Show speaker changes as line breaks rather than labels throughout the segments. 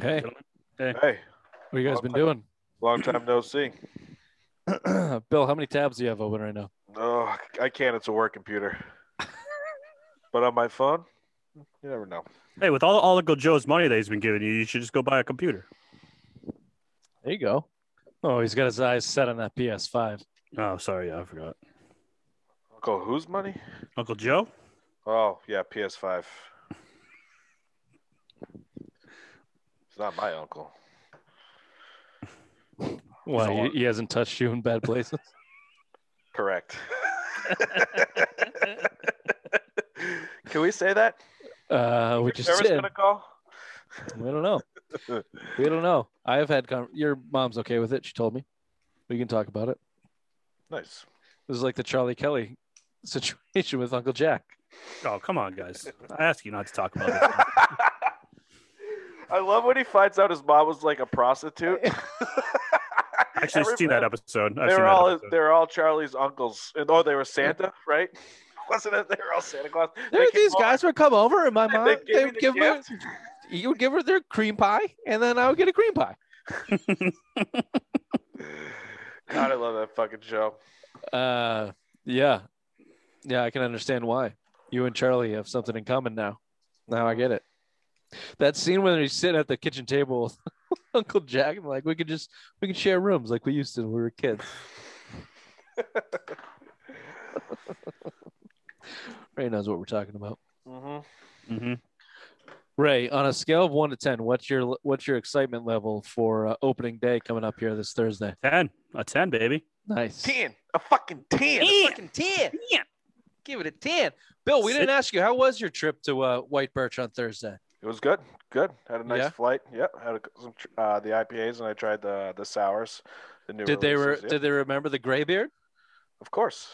Hey,
Hey,
Hey,
what you guys been doing?
long time no see.
Bill, how many tabs do you have open right now?
No, Oh, I can't. It's a work computer. but on my phone, you never know.
hey, with all all Uncle Joe's money that he's been giving you, you should just go buy a computer.
There you go. Oh, he's got his eyes set on that PS5.
Oh, sorry, yeah, I forgot.
Uncle, whose money?
Uncle Joe?
Oh, yeah, PS5. It's not my uncle.
Well,
So
he,
what?
he hasn't touched you in bad places.
Correct. Can we say that?
Uh, we just
Service
did.
gonna call?
We don't know. we don't know. I have had con- your mom's okay with it. She told me we can talk about it.
Nice.
This is like the Charlie Kelly situation with Uncle Jack.
Oh, come on, guys. I asked you not to talk about it.
I love when he finds out his mom was like a prostitute.
Actually, I've seen that episode. I've
they
seen
were
that
all
episode.
they were all Charlie's uncles, and oh, they were Santa, right? Wasn't it? They were all Santa Claus. They
There,
came
these
over-
guys would come over, and my mom
They gave
they
me
would
the
give her, you would give her their cream pie, and then I would get a cream pie.
God, I love that fucking show.
Uh, yeah, yeah, I can understand why you and Charlie have something in common now. Now I get it. That scene when he's sitting at the kitchen table with Uncle Jack, and like we could just we could share rooms like we used to when we were kids. Ray knows what we're talking about.
hmm
Mhm.
Ray, on a scale of one to ten, what's your what's your excitement level for uh, opening day coming up here this Thursday?
10. A 10, baby.
Nice.
Ten, a fucking ten.
A fucking ten. Give it a ten. Bill, we didn't ask you how was your trip to uh, White Birch on Thursday.
It was good. Good. Had a nice
Yeah?
flight. Yep. Had a, some tr- uh, the IPAs, and I tried the the sours. The new
Did they re-
releases, yeah.
did they remember the graybeard?
Of course.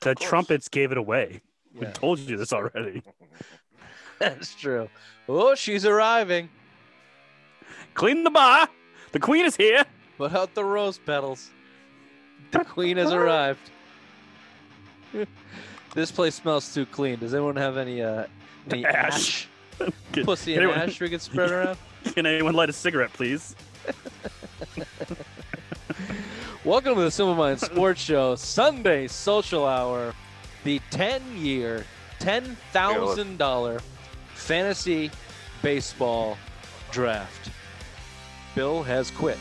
The
course.
trumpets gave it away. We
Yeah.
told you this already.
That's true. Oh, she's arriving.
Clean the bar. The queen is here.
Put out the rose petals. The queen has arrived. this place smells too clean. Does anyone have any uh any
Ash.
ash,
Can,
pussy
can
and
anyone-
ash we could spread around?
can anyone light a cigarette, please?
Welcome to the Simple Mind Sports Show, Sunday Social Hour, the 10 year, $10,000 fantasy baseball draft. Bill has quit.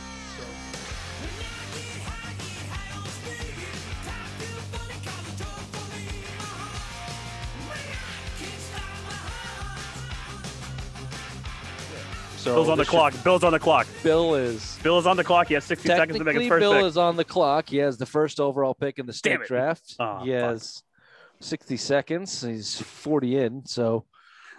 So
Bill's on
Oh,
the
this should-
clock. Bill's on the clock.
Bill is
Bill is on the clock. He has 60 seconds to make
Technically,
his first
Bill
pick.
is on the clock. He has the first overall pick in the state
Damn it.
draft.
Aw,
he
fuck.
has 60 seconds. He's 40 in. So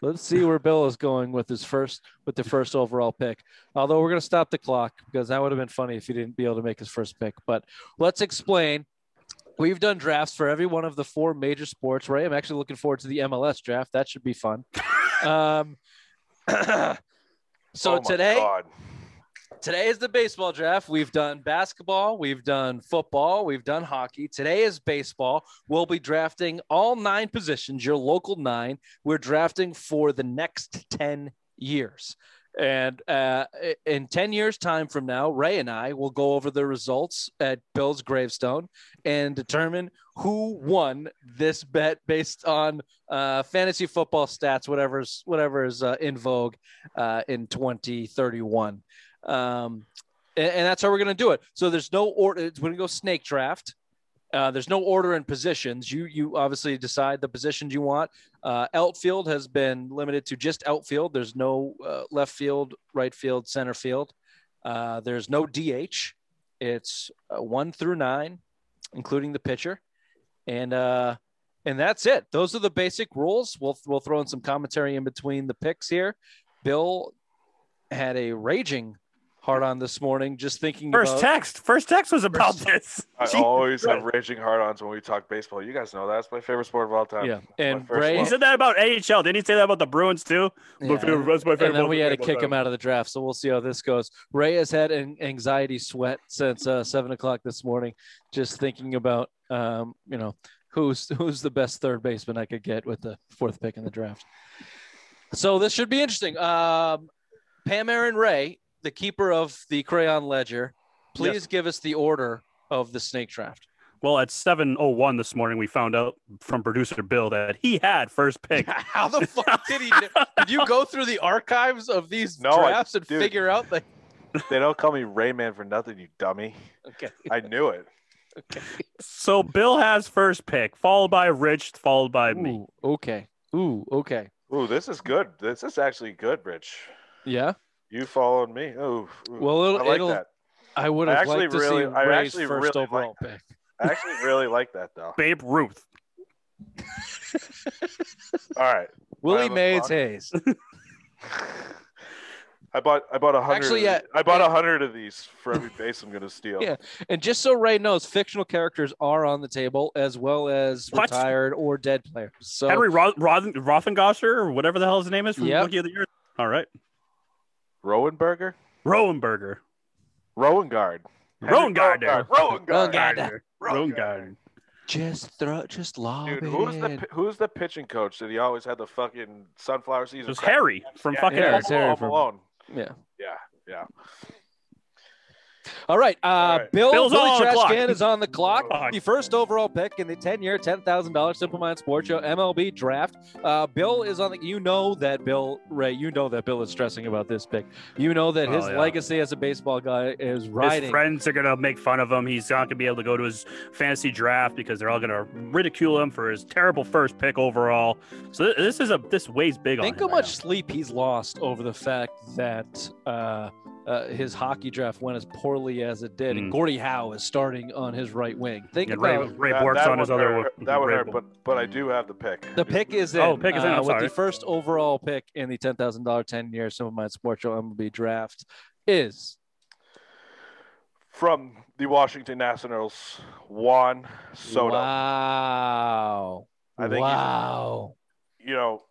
let's see where Bill is going with his first with the first overall pick. Although we're going to stop the clock because that would have been funny if he didn't be able to make his first pick. But let's explain. We've done drafts for every one of the four major sports. Right, I'm actually looking forward to the MLS draft. That should be fun. um, so
Oh my
today
God.
today is the baseball draft. We've done basketball, we've done football, we've done hockey. Today is baseball. We'll be drafting all nine positions, your local nine. We're drafting for the next 10 years. And uh, in 10 years' time from now, Ray and I will go over the results at Bill's gravestone and determine who won this bet based on uh, fantasy football stats, whatever's whatever is uh, in vogue uh, in 2031 um, and, and that's how we're going to do it. So there's no order. We're going to go snake draft. Uh, there's no order in positions. You you obviously decide the positions you want. Uh, outfield has been limited to just outfield. There's no uh, left field, right field, center field. Uh, there's no DH. It's uh, one through nine, including the pitcher, and uh, and that's it. Those are the basic rules. We'll we'll throw in some commentary in between the picks here. Bill had a raging hard on this morning just thinking
First
about
text. First text was about
First-
this.
I
Jesus
always have
Christ.
raging hard-ons when we talk baseball. You guys know that. It's my favorite sport of all time.
yeah,
My
and
first
Ray,
He
love.
said that about AHL. Didn't he say that about the Bruins too? My
Yeah.
favorite- that's my favorite
and then we had to
baseball
kick
player.
him out of the draft. So we'll see how this goes. Ray has had an anxiety sweat since uh, seven o'clock this morning, just thinking about um, you know who's who's the best third baseman I could get with the fourth pick in the draft. So this should be interesting. Um, Pam Aaron Ray, the keeper of the Crayon Ledger, please give us the order of the snake draft.
Well, at 7:01 this morning, we found out from producer Bill that he had first pick.
How the fuck did he? kn- Did you go through the archives of these
No, I-
drafts and
dude.
figure out? Like,
They don't call me Rayman for nothing, you dummy.
okay,
I knew it.
so Bill has first pick, followed by Rich, followed by me.
Ooh, okay, ooh, okay,
Ooh, this is good. This is actually good, Rich.
yeah.
You followed me. Ooh, ooh.
Well, it'll-
I like
it'll-
that.
I would
I
have
actually
liked to
really-
see
I
Ray's
actually
first
really
overall pick.
I actually really like that though.
Babe Ruth.
All right.
Willie
Five
Mays
o'clock.
Hayes.
I bought I bought a
Actually,
hundred. Actually,
yeah,
yeah, I bought a hundred of these for every base I'm gonna steal.
Yeah. And just so Ray knows, fictional characters are on the table as well as
What?
retired or dead players. So
Henry Ro- Ro- Rothengosher, or whatever the hell his name is from
Yep.
Rookie of the Year. All right.
Rowenberger,
Rowenberger.
Rowengard,
Rowengarder.
Rowengard,
Rowengarder.
Rowengarder.
just throw, just lob
Dude,
it
who's the
in.
pi- who's the pitching coach that he always had the fucking sunflower
It
season?
was Harry from fucking
Harry.
Home
Harris,
Alone, Home
from-
Alone.
yeah.
Yeah, yeah.
All right. Uh,
All right.
Bill
Bill's
Billy
on the
Trash
clock.
Can is on the clock.
Fuck.
The first overall pick in the 10 year, $10,000 Simple Mind Sports Show MLB draft. Uh, Bill is on the. You know that Bill, Ray, you know that Bill is stressing about this pick. You know that his
Oh, yeah.
legacy as a baseball guy is
His
riding.
friends are gonna make fun of him. He's not gonna be able to go to his fantasy draft because they're all gonna ridicule him for his terrible first pick overall. So th- this is a this weighs big on.
Think
him
how
right
much sleep he's lost over the fact that uh, uh, his hockey draft went as poorly as it did, and
Mm.
Gordie Howe is starting on his right wing. Think
now. Yeah,
about
Ray, Ray
That-
Bork's
that
on his
one
other
hurt- That would
Ray
hurt,
Bork.
but but I do have the pick.
the pick is in.
Oh, pick is in,
uh,
I'm
with the
sorry.
first overall pick in the ten thousand dollar ten year some of my sports show MLB draft is
from the Washington Nationals, Juan Soto.
Wow.
I think he's-
wow.
you know,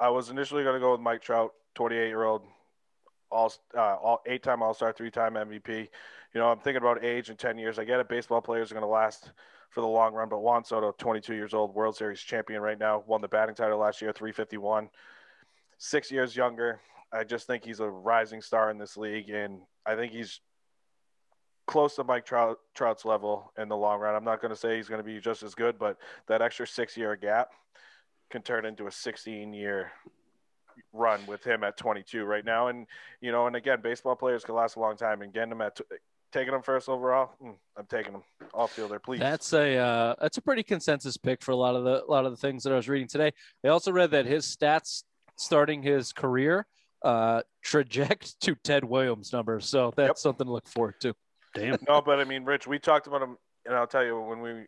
I was initially going to go with Mike Trout, 28 year old, all, uh, all eight time All Star, three time MVP. You know, I'm thinking about age in 10 years. I get it. Baseball players are going to last for the long run, but Juan Soto, 22 years old, World Series champion right now, won the batting title last year, 351, six years younger. I just think he's a rising star in this league, and I think he's close to Mike Trout, Trout's level in the long run. I'm not going to say he's going to be just as good, but that extra six year gap can turn into a 16 year run with him at 22 right now. And, you know, and again, baseball players can last a long time and getting them at t- taking them first overall. mm, I'm taking them off fielder, please.
That's a uh, that's a pretty consensus pick for a lot of the a lot of the things that I was reading today. I also read that his stats starting his career uh traject to Ted Williams numbers. So that's
Yep.
something to look forward to.
Damn.
no, but I mean, Rich, we talked about him, and I'll tell you when we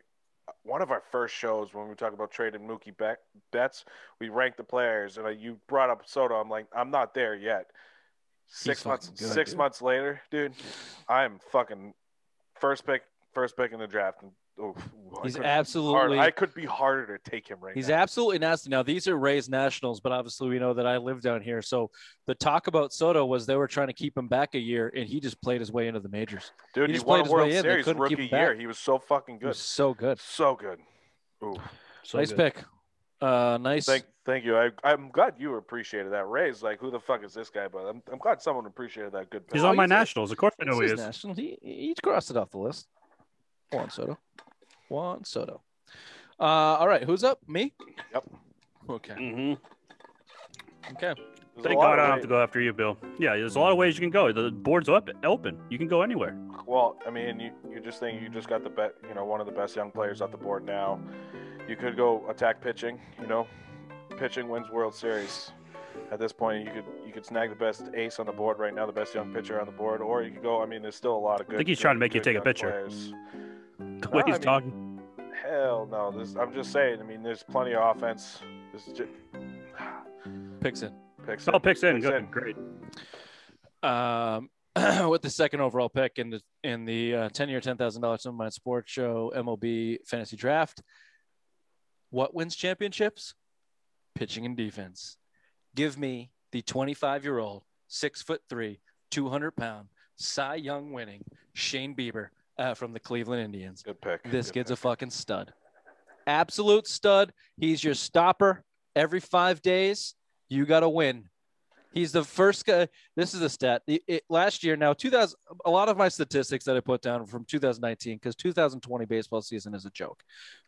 one of our first shows when we talk about trading Mookie bet, bets, we ranked the players, and uh, you brought up Soto. I'm like, I'm not there yet. Six
fucking
months,
good,
six
dude.
months later, dude, I'm fucking first pick, first pick in the draft. And, oh, I
He's
couldn't be harder-
absolutely
I could be harder to take him right
He's
now.
absolutely nasty. Now these are Rays Nationals, but obviously we know that I live down here. So the talk about Soto was they were trying to keep him back a year, and he just played his way into the majors.
Dude,
he
he,
just
won
played
a
his
World
way in. They
Series
couldn't keep
rookie
him back.
year. He was so fucking
He
good,
was so good.
so good. Ooh.
So
nice
good.
pick. Uh, nice.
Thank, thank you. I, I'm glad you appreciated that. Ray's like, who the fuck is this guy? But I'm, I'm glad someone appreciated that good.
He's
Oh,
on my
he's a-
Nationals. Of course I
It's
know he
his
is.
Nationals. He, he crossed it off the list. Juan Soto. Juan Soto. Uh, all right. Who's up? Me?
Yep.
Okay.
Mm-hmm.
Okay.
There's a
Thank
lot
God I
of
don't have
ways-
to go after you, Bill. Yeah, there's a lot of ways you can go. The board's up, open. You can go anywhere.
Well, I mean, you, you just think you just got the bet, you know, one of the best young players off the board now. You could go attack pitching, you know, pitching wins World Series. At this point, you could you could snag the best ace on the board right now, the best young pitcher on the board, or you could go. I mean, there's still a lot of good.
think he's
good-
trying to make you
good
take a
young
picture.
players.
The way
I
he's
mean-
talking.
Hell no! This I'm just saying. I mean, there's plenty of offense. This is just,
Picks in.
picks
Oh, picks in.
Picks
Good.
in.
Great.
um, with the second overall pick in the in the uh, ten year ten thousand dollars on my sports show MLB fantasy draft. What wins championships? Pitching and defense. Give me the twenty five year old, six foot three, two hundred pound, Cy Young winning Shane Bieber uh, from the Cleveland Indians.
Good pick.
This
Good
kid's a
pick.
fucking stud. Absolute stud. He's your stopper every five days. You got to win. He's the first guy. This is a stat. It, it- last year, now 2000, a lot of my statistics that I put down from 2019 because 2020 baseball season is a joke.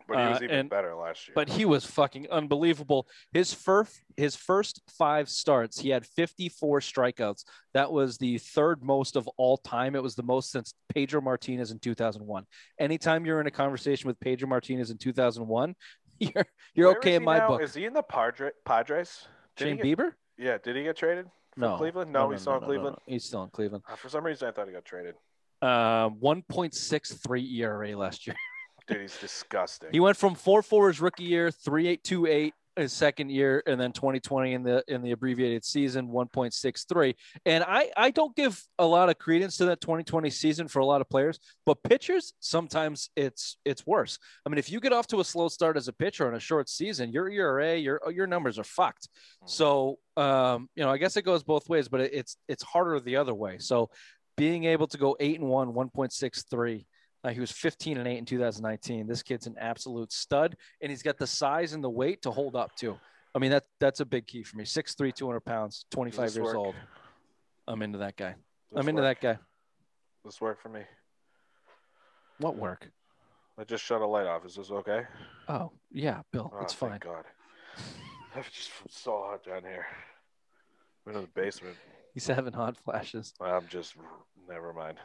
But he was
Uh,
even
and-
better last year.
But he was fucking unbelievable. His first his first five starts, he had 54 strikeouts. That was the third most of all time. It was the most since Pedro Martinez in 2001. Anytime you're in a conversation with Pedro Martinez in 2001, you're you're
Where
okay
is
in
he
my
now?
book.
Is he in the Padre, Padres? Did he
Shane
get-
Bieber?
Yeah, did he get traded? from
No.
Cleveland? No, he's still in Cleveland.
no. He's still in Cleveland.
Uh, For some reason, I thought he got traded.
Uh, 1.63 ERA E last year.
Dude, he's disgusting.
He went from 4-4 his rookie year, 3.828 his second year, and then 2020 in the in the abbreviated season, 1.63. And I I don't give a lot of credence to that 2020 season for a lot of players, but pitchers sometimes it's it's worse. I mean, if you get off to a slow start as a pitcher in a short season, your ERA, your your numbers are fucked.
Mm-hmm.
So um, you know, I guess it goes both ways, but it, it's it's harder the other way. So being able to go eight and one, 1.63. Uh, he was 15 and 8 in 2019. This kid's an absolute stud, and he's got the size and the weight to hold up to. I mean, that that's a big key for me. 6'3, 200 pounds, 25
this
years
work?
old. I'm into that guy.
Does
I'm
this
into
work?
that guy.
This work for me.
What work?
I just shut a light off. Is this okay?
Oh, yeah, Bill.
Oh,
it's
thank
fine.
God. It's just so hot down here. I'm in the basement.
He's having hot flashes,
I'm just. Never mind.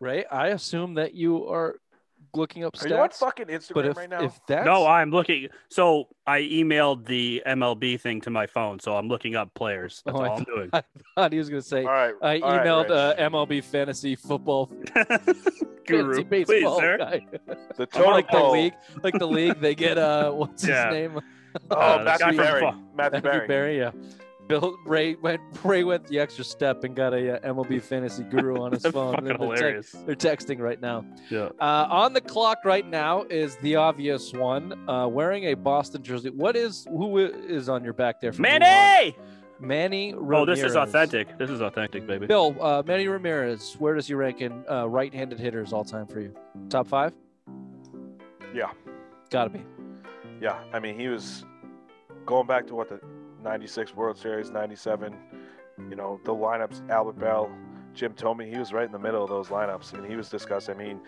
right? I assume that you are looking up
Are you on
stats.
fucking Instagram
but if,
right now?
if that's
No, I'm looking. So I emailed the MLB thing to my phone, so I'm looking up players. That's
Oh, I
all I'm doing.
God, he was going to say,
all right.
I
all right,
emailed uh,
Rich.
MLB fantasy football
Guru,
fantasy
please,
baseball
sir.
guy.
the
Or
total
like the
poll.
league, like the league, they get uh, what's
Yeah.
his name?
Oh,
Uh, this guy from
Matthew Berry.
Fa-
Matthew
Andrew
Berry.
Barry. Yeah, Bill Ray went Ray went the extra step and got a uh, MLB fantasy guru on his
That's
phone.
fucking
They're text-
hilarious.
they're texting right now.
Yeah.
Uh, on the clock right now is the obvious one. Uh, wearing a Boston jersey. What is who i- is on your back there? from Wuhan?
Manny!
Manny. Ramirez.
Oh, this is authentic. This is authentic, baby.
Bill, uh, Manny Ramirez. Where does he rank in uh, right-handed hitters all time for you? Top five?
Yeah.
Gotta be.
Yeah, I mean, he was going back to what the 96 World Series, 97, you know, the lineups, Albert Bell, Jim Tomey, he was right in the middle of those lineups. I mean, he was disgusting. I mean,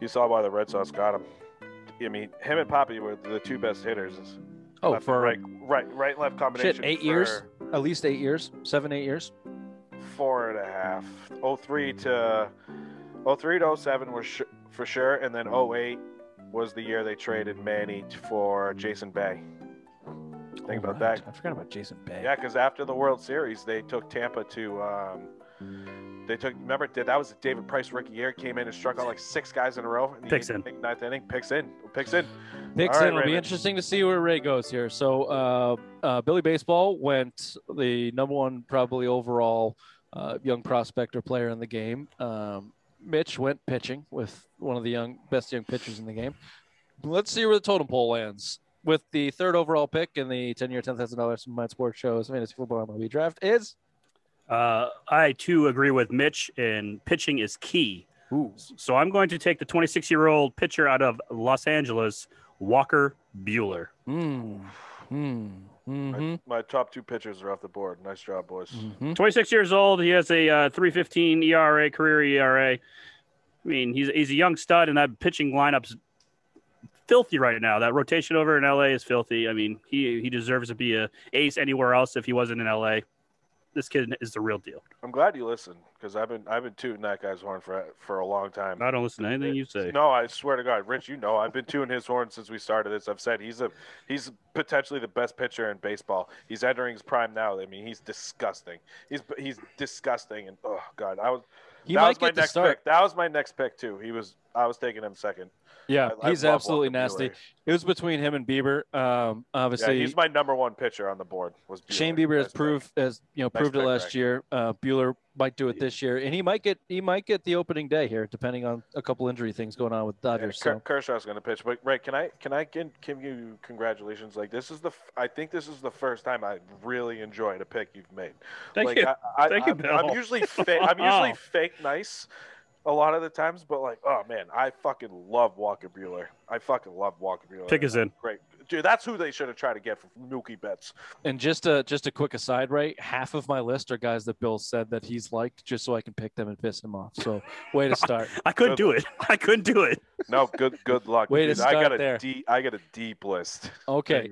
you saw why the Red Sox got him. I mean, him and Poppy were the two best hitters.
Oh,
Left,
for
right, right, right, left combination.
eight
for
years? at least eight years, seven, eight years.
Four and a half. 03 to 03 to 07 was sh- for sure, and then 08 was the year they traded Manny for Jason Bay. Think
All
about
right.
that.
I forgot about Jason Bay.
Yeah, because after the World Series, they took Tampa to. Um, they took. Remember that that was David Price rookie year. Came in and struck out like six guys in a row. In the
Picks
eighth
in.
inning, ninth inning. Picks in. Picks in.
Picks
All right,
in. It'll be
Raymond.
interesting to see where Ray goes here. So, uh, uh, Billy Baseball went the number one, probably overall uh, young prospect or player in the game. Um, Mitch went pitching with one of the young best young pitchers in the game. Let's see where the totem pole lands with the third overall pick in the ten-year, ten thousand dollars Mind Sports Show's fantasy football MLB draft is.
Uh, I too agree with Mitch, and pitching is key.
Ooh.
So I'm going to take the 26 year old pitcher out of Los Angeles, Walker Bueller.
Mm. Mm. hmm
Mm-hmm.
My, my top two pitchers are off the board. Nice job, boys.
hmm
26 years old. He has a uh, 315 ERA, career ERA. I mean, he's, he's a young stud, and that pitching lineup's filthy right now. That rotation over in LA is filthy. I mean, he, he deserves to be a ace anywhere else if he wasn't in LA. This kid is the real deal.
I'm glad you listened because I've been I've been tooting that guy's horn for for a long time.
I don't listen to anything you say.
No, I swear to God, Rich, you know I've been tuning his horn since we started this. I've said he's a he's potentially the best pitcher in baseball. He's entering his prime now. I mean, he's disgusting. He's he's disgusting, and oh God, I was
He
that
might
was my
get the
next
start.
pick. That was my next pick too. He was I was taking him second.
Yeah,
I- I
he's
love
absolutely
Walker
nasty.
Buehler.
It was between him and Bieber. Um,
Yeah,
obviously,
he's my number one pitcher on the board. Was Buehler.
Shane Bieber has
Nice pick.
proved as you know
Nice
proved it
pick,
last
Greg.
year. Uh, Bueller might do it this year, and he might get he might get the opening day here, depending on a couple injury things going on with
Yeah,
Dodgers.
Ker-
So
Kershaw's going to pitch, but right? Can I can I give, give you congratulations? Like this is the f- I think this is the first time I really enjoyed a pick you've made.
Thank
like,
you.
I, I,
Thank you,
I'm, I'm
Bill.
usually fa- I'm usually fake nice a lot of the times, but like, oh man, I fucking love Walker Bueller. I fucking love Walker Bueller.
Pick is in.
Great, dude, that's who they should have tried to get for Mookie Betts.
And just a just a quick aside, right? Half of my list are guys that Bill said that he's liked, just so I can pick them and piss him off. So way to start.
I couldn't do it. I couldn't do it.
No, good good luck.
Way to
dude. I
start
got a
there.
deep I got a deep list.
Okay.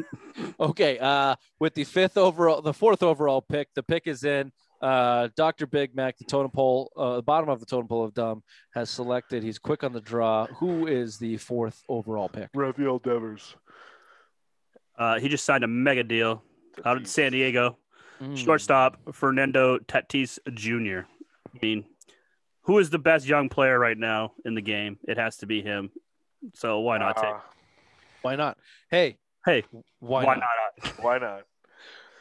okay. Uh, with the fifth overall, the fourth overall pick, the pick is in. Uh, Dr. Big Mac, the totem pole, uh, the bottom of the totem pole of dumb, has selected. He's quick on the draw. Who is the fourth overall pick?
Rafael Devers.
Uh, he just signed a mega deal out in San Diego.
Hmm.
Mm.
Shortstop Fernando Tatis Jr. I mean, who is the best young player right now in the game? It has to be him. So why not take?
Uh,
Why not? Hey.
Hey,
Why,
why
not?
why not?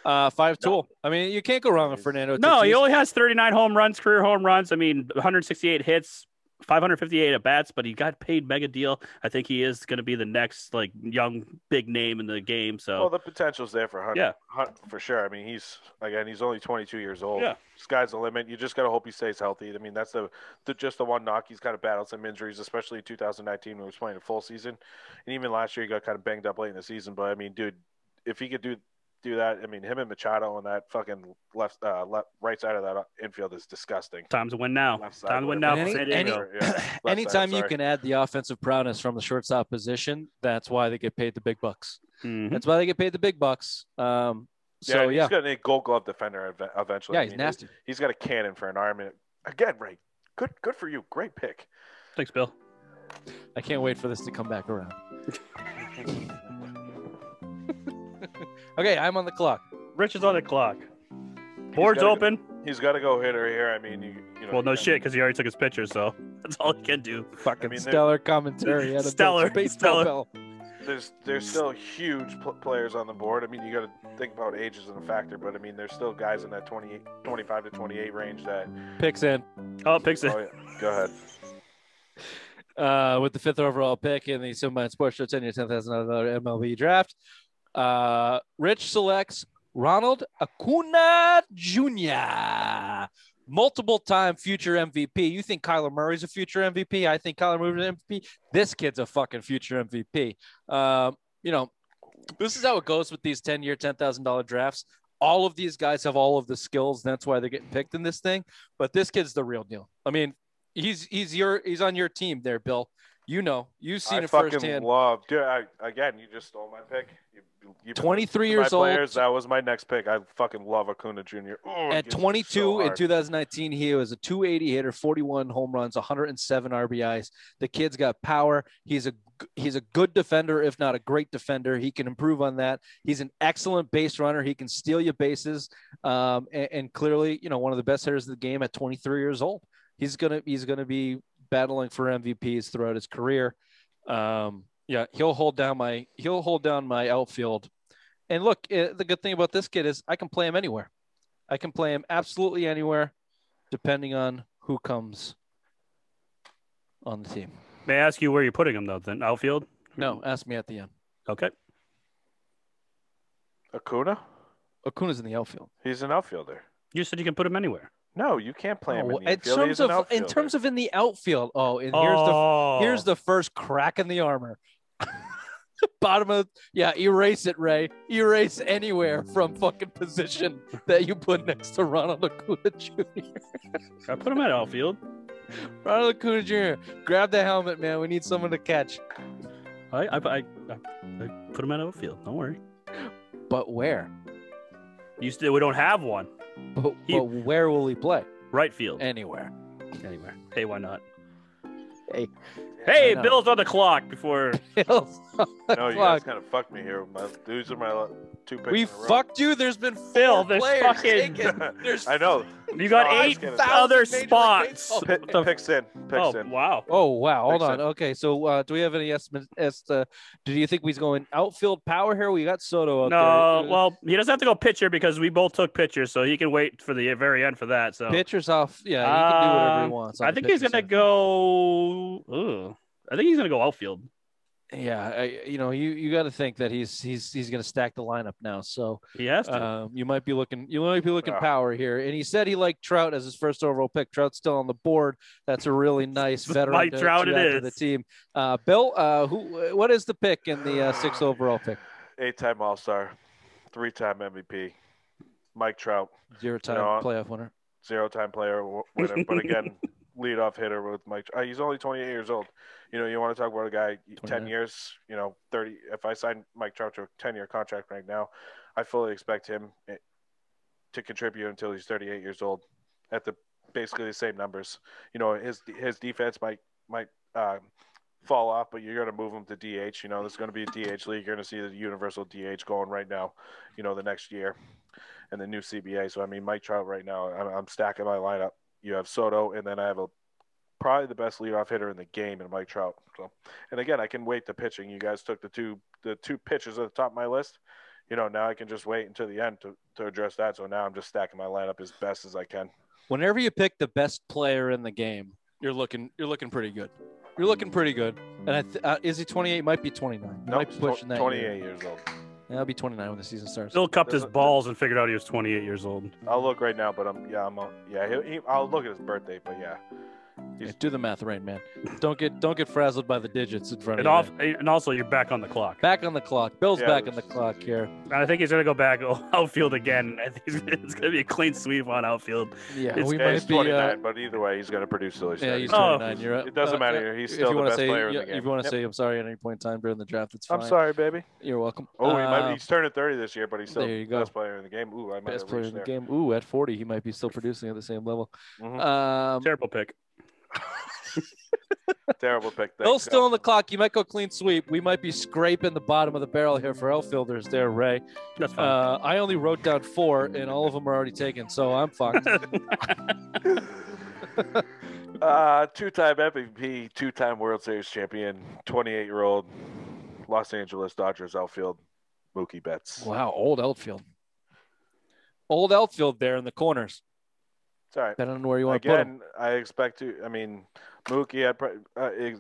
Uh, five tool. I mean, you can't go wrong with Fernando.
No,
Tatis.
he only has 39 home runs, career home runs. I mean, 168 hits, 558 at bats, but he got paid mega deal. I think he is going to be the next like young big name in the game.
Well,
So
the potential's there for Hunt.
Yeah.
Hunt for sure. I mean, he's again, he's only 22 years old.
Yeah.
Sky's the limit. You just gotta hope he stays healthy. I mean, that's the, the just the one knock. He's kind of battled some injuries, especially in 2019 when he was playing a full season, and even last year he got kind of banged up late in the season. But I mean, dude, if he could do do that, I mean, him and Machado on that fucking left uh, left right side of that infield is disgusting.
time's a win now.
Left side,
Time to win now
whatever.
for
Any-
San
any-
Diego.
Or, yeah, left side, I'm
Anytime you
sorry.
can add the offensive prowess from the shortstop position, that's why they get paid the big bucks.
Mhm.
That's why they get paid the big bucks. Um, so
and
yeah,
Mm-hmm. he's gonna be a Gold Glove defender ev- eventually.
yeah,
I
he's
mean,
nasty.
He's got a cannon for an arm. And again, Ray, good, good for you. Great pick.
Thanks, Bill.
I can't wait for this to come back around. okay, I'm on the clock.
Rich is on the clock. Board's
gotta go-
open.
He's got to go hitter here. I mean, you, you know.
Well, no
you-
shit, because he already took his picture, so that's all he can do.
Fucking
I mean, they're-
stellar commentary. Out of
Stellar,
Bill's
stellar.
baseball bell.
There's there's still huge pl- players on the board. I mean, you got to think about age as a factor, but I mean, there's still guys in that 28, 25 to 28 range that.
Picks in
Oh, picks it.
Oh, yeah. Go ahead.
uh, with the fifth overall pick in the Simba Sports Show 10 year 10,000 dollar MLB draft. Uh, Rich selects Ronald Acuna Jr., multiple time future MVP. You think Kyler Murray's a future MVP? I think Kyler Murray's an MVP. This kid's a fucking future MVP. Um, you know, this is how it goes with these 10 year, $10,000 drafts. All of these guys have all of the skills. and That's why they're getting picked in this thing. But this kid's the real deal. I mean, he's he's your he's on your team there, Bill. You know, you've seen
I
it
fucking
firsthand.
love, dude. I, again, you just stole my pick. You, you- you
23
my
years old.
players, That was my next pick. I fucking love Acuna Jr. Oh, it
At
gives me
22
so
in
hard.
2019, he was a 280 hitter, 41 home runs, 107 RBIs. The kid's got power. He's a g- he's a good defender, if not a great defender. He can improve on that. He's an excellent base runner. He can steal your bases, um, and, and clearly, you know, one of the best hitters of the game at 23 years old. He's gonna he's gonna be battling for MVPs throughout his career. Um, yeah, he'll hold down my he'll hold down my outfield. And look, eh, the good thing about this kid is I can play him anywhere. I can play him absolutely anywhere, depending on who comes on the team.
May I ask you where you're putting him, though, then? Outfield?
No, ask me at the end.
Okay.
Acuna,
Okuna's in the outfield.
he's an outfielder.
You said you can put him anywhere.
No, you can't play him
Oh,
in the infield.
terms
he's an
of in
outfielder.
terms of in the outfield. Oh, and here's the
oh.
here's the first crack in the armor. Bottom of yeah, erase it, Ray. Erase anywhere from fucking position that you put next to Ronald Acuna Jr.
Oh. I put him at outfield.
Ronald Acuna Jr. Grab the helmet, man. We need someone to catch.
I, I, I, I, I put him at outfield. Don't worry.
But where?
You still we don't have one.
But,
He-
but where will he play?
Right field.
Anywhere.
Anywhere. Hey, why not?
Hey. Why
Hey,
not?
Bill's on the clock before
Bills.
No,
Fuck.
you guys kind of fucked me here. My, these are my la- two picks.
We
in a row.
fucked you. There's been four
Bill, there's
players
fucking-
taken. There's
I know.
you got
No, I was
eight
kidding.
other
5,000 Major League
spots.
Baseball
Pick,
The-
picks in. Picks
Oh
in.
wow.
Oh wow! Hold
Makes
on. Okay, so uh, do we have any estimates? As to, uh, do you think he's going outfield power here? We got Soto up
No,
there. Uh,
well, he doesn't have to go pitcher because we both took pitchers, so he can wait for the very end for that. So
pitchers off. Yeah, he can do whatever he
Um,
wants. on
I
the
think he's
pitching
gonna
side.
go. Ooh, I think he's gonna go outfield.
yeah, I, you know, you you got to think that he's he's he's going to stack the lineup now. So
He has to.
um, you might be looking you might be looking
Yeah.
power here. And he said he liked Trout as his first overall pick. Trout's still on the board. That's a really nice veteran
Mike
to,
Trout
to
it
add to the
is.
team. Uh, Bill, uh, who what is the pick in the uh, sixth overall pick?
Eight time All Star, three time MVP, Mike Trout,
Zero time
No.
playoff winner.
zero time player w- winner. but again, leadoff hitter with Mike. Tr- uh, He's only 28 years old. You know, you want to talk about a guy 10
29.
years, you know, 30. If I sign Mike Trout to a 10 year contract right now, I fully expect him eh, to contribute until he's 38 years old at the basically the same numbers. You know, his his defense might might um, fall off, but you're going to move him to DH. You know, there's going to be a DH league. You're going to see the universal DH going right now. You know, the next year and the new CBA. So I mean, Mike Trout right now. I'm, I'm stacking my lineup. You have Soto, and then I have a probably the best leadoff hitter in the game in Mike Trout. So, and again, I can wait the pitching. You guys took the two the two pitchers at the top of my list. You know, now I can just wait until the end to, to address that. So now I'm just stacking my lineup as best as I can.
Whenever you pick the best player in the game, you're looking you're looking pretty good. You're looking pretty good. And I th- uh, is he 28? Might be 29. He
No,
might be pushing that. year.
28 years old.
Yeah, I'll be 29 when the season starts.
Bill cupped his
there's a-
balls and figured out he was 28 years old.
I'll look right now, but I'm yeah I'm uh, yeah he, he, I'll look at his birthday, but yeah.
Yeah, do the math right, man. Don't get don't get frazzled by the digits in front
And
of you.
off,
man.
and also you're back on the clock.
Back on the clock. Bill's
Yeah,
back
it
on the
was-
clock here.
And I think he's gonna go back outfield again. I think he's gonna- it's gonna be a clean sweep on outfield.
Yeah,
It's-
we
Yeah, he's
might be.
29,
Uh,
but either way, he's going to produce till he's
yeah,
30.
he's
Oh.
29. You're up.
It doesn't
Uh,
matter. He's still the
wanna
best
say,
player in
yeah,
the game.
If you want to
Yep.
say I'm sorry at any point in time during the draft, that's fine.
I'm sorry, baby.
You're welcome.
Oh, he might
Uh,
be, he's turning 30 this year, but he's still
there you
the
go.
best player in the game. Ooh, I might
best
have
player in
reached
the
there.
game. Ooh, at 40, he might be still producing at the same level.
Mhm.
Um,
Terrible pick.
Mm-hmm. Terrible pick.
Bill's
Thanks,
still
Al.
on the clock. You might go clean sweep. We might be scraping the bottom of the barrel here for outfielders there, Ray.
That's fine.
Uh, I only wrote down four, and all of them are already taken, so I'm fucked.
uh, two-time MVP, two-time World Series champion, 28-year-old Los Angeles Dodgers outfield Mookie Betts.
wow, old outfield. Old outfield there in the corners.
It's all right.
Depending on where you want to put him.
Again, I expect to. I mean, Mookie. I pr- uh, ex-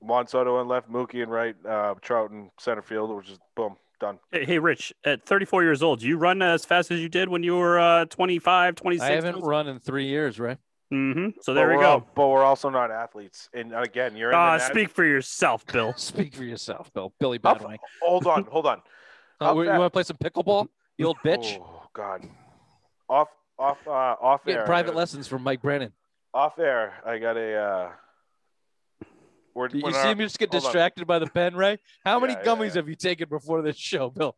Juan Soto in left, Mookie in right, uh, Trout in center field, which is boom done.
hey, hey, Rich, at 34 years old, do you run as fast as you did when you were uh, 25, 26?
I haven't run in three years, Ray.
hmm So there
but
we
we're
go.
All, but we're also not athletes. And again, you're in
Ah,
the nat-
speak for yourself, Bill.
Speak for yourself, Bill. Billy
How f-
Badway.
Hold on, hold on.
Uh,
how
we- you
fat-
want to play some pickleball? You old bitch.
Oh God. Off, off, uh, off
Getting
air.
private
I got a-
lessons from Mike Brennan.
Off air. I got a. Uh, we're,
You,
we're
you
not-
see me just get
hold on.
distracted by the pen, Ray? How many
Yeah, yeah,
gummies
yeah.
have you taken before this show, Bill?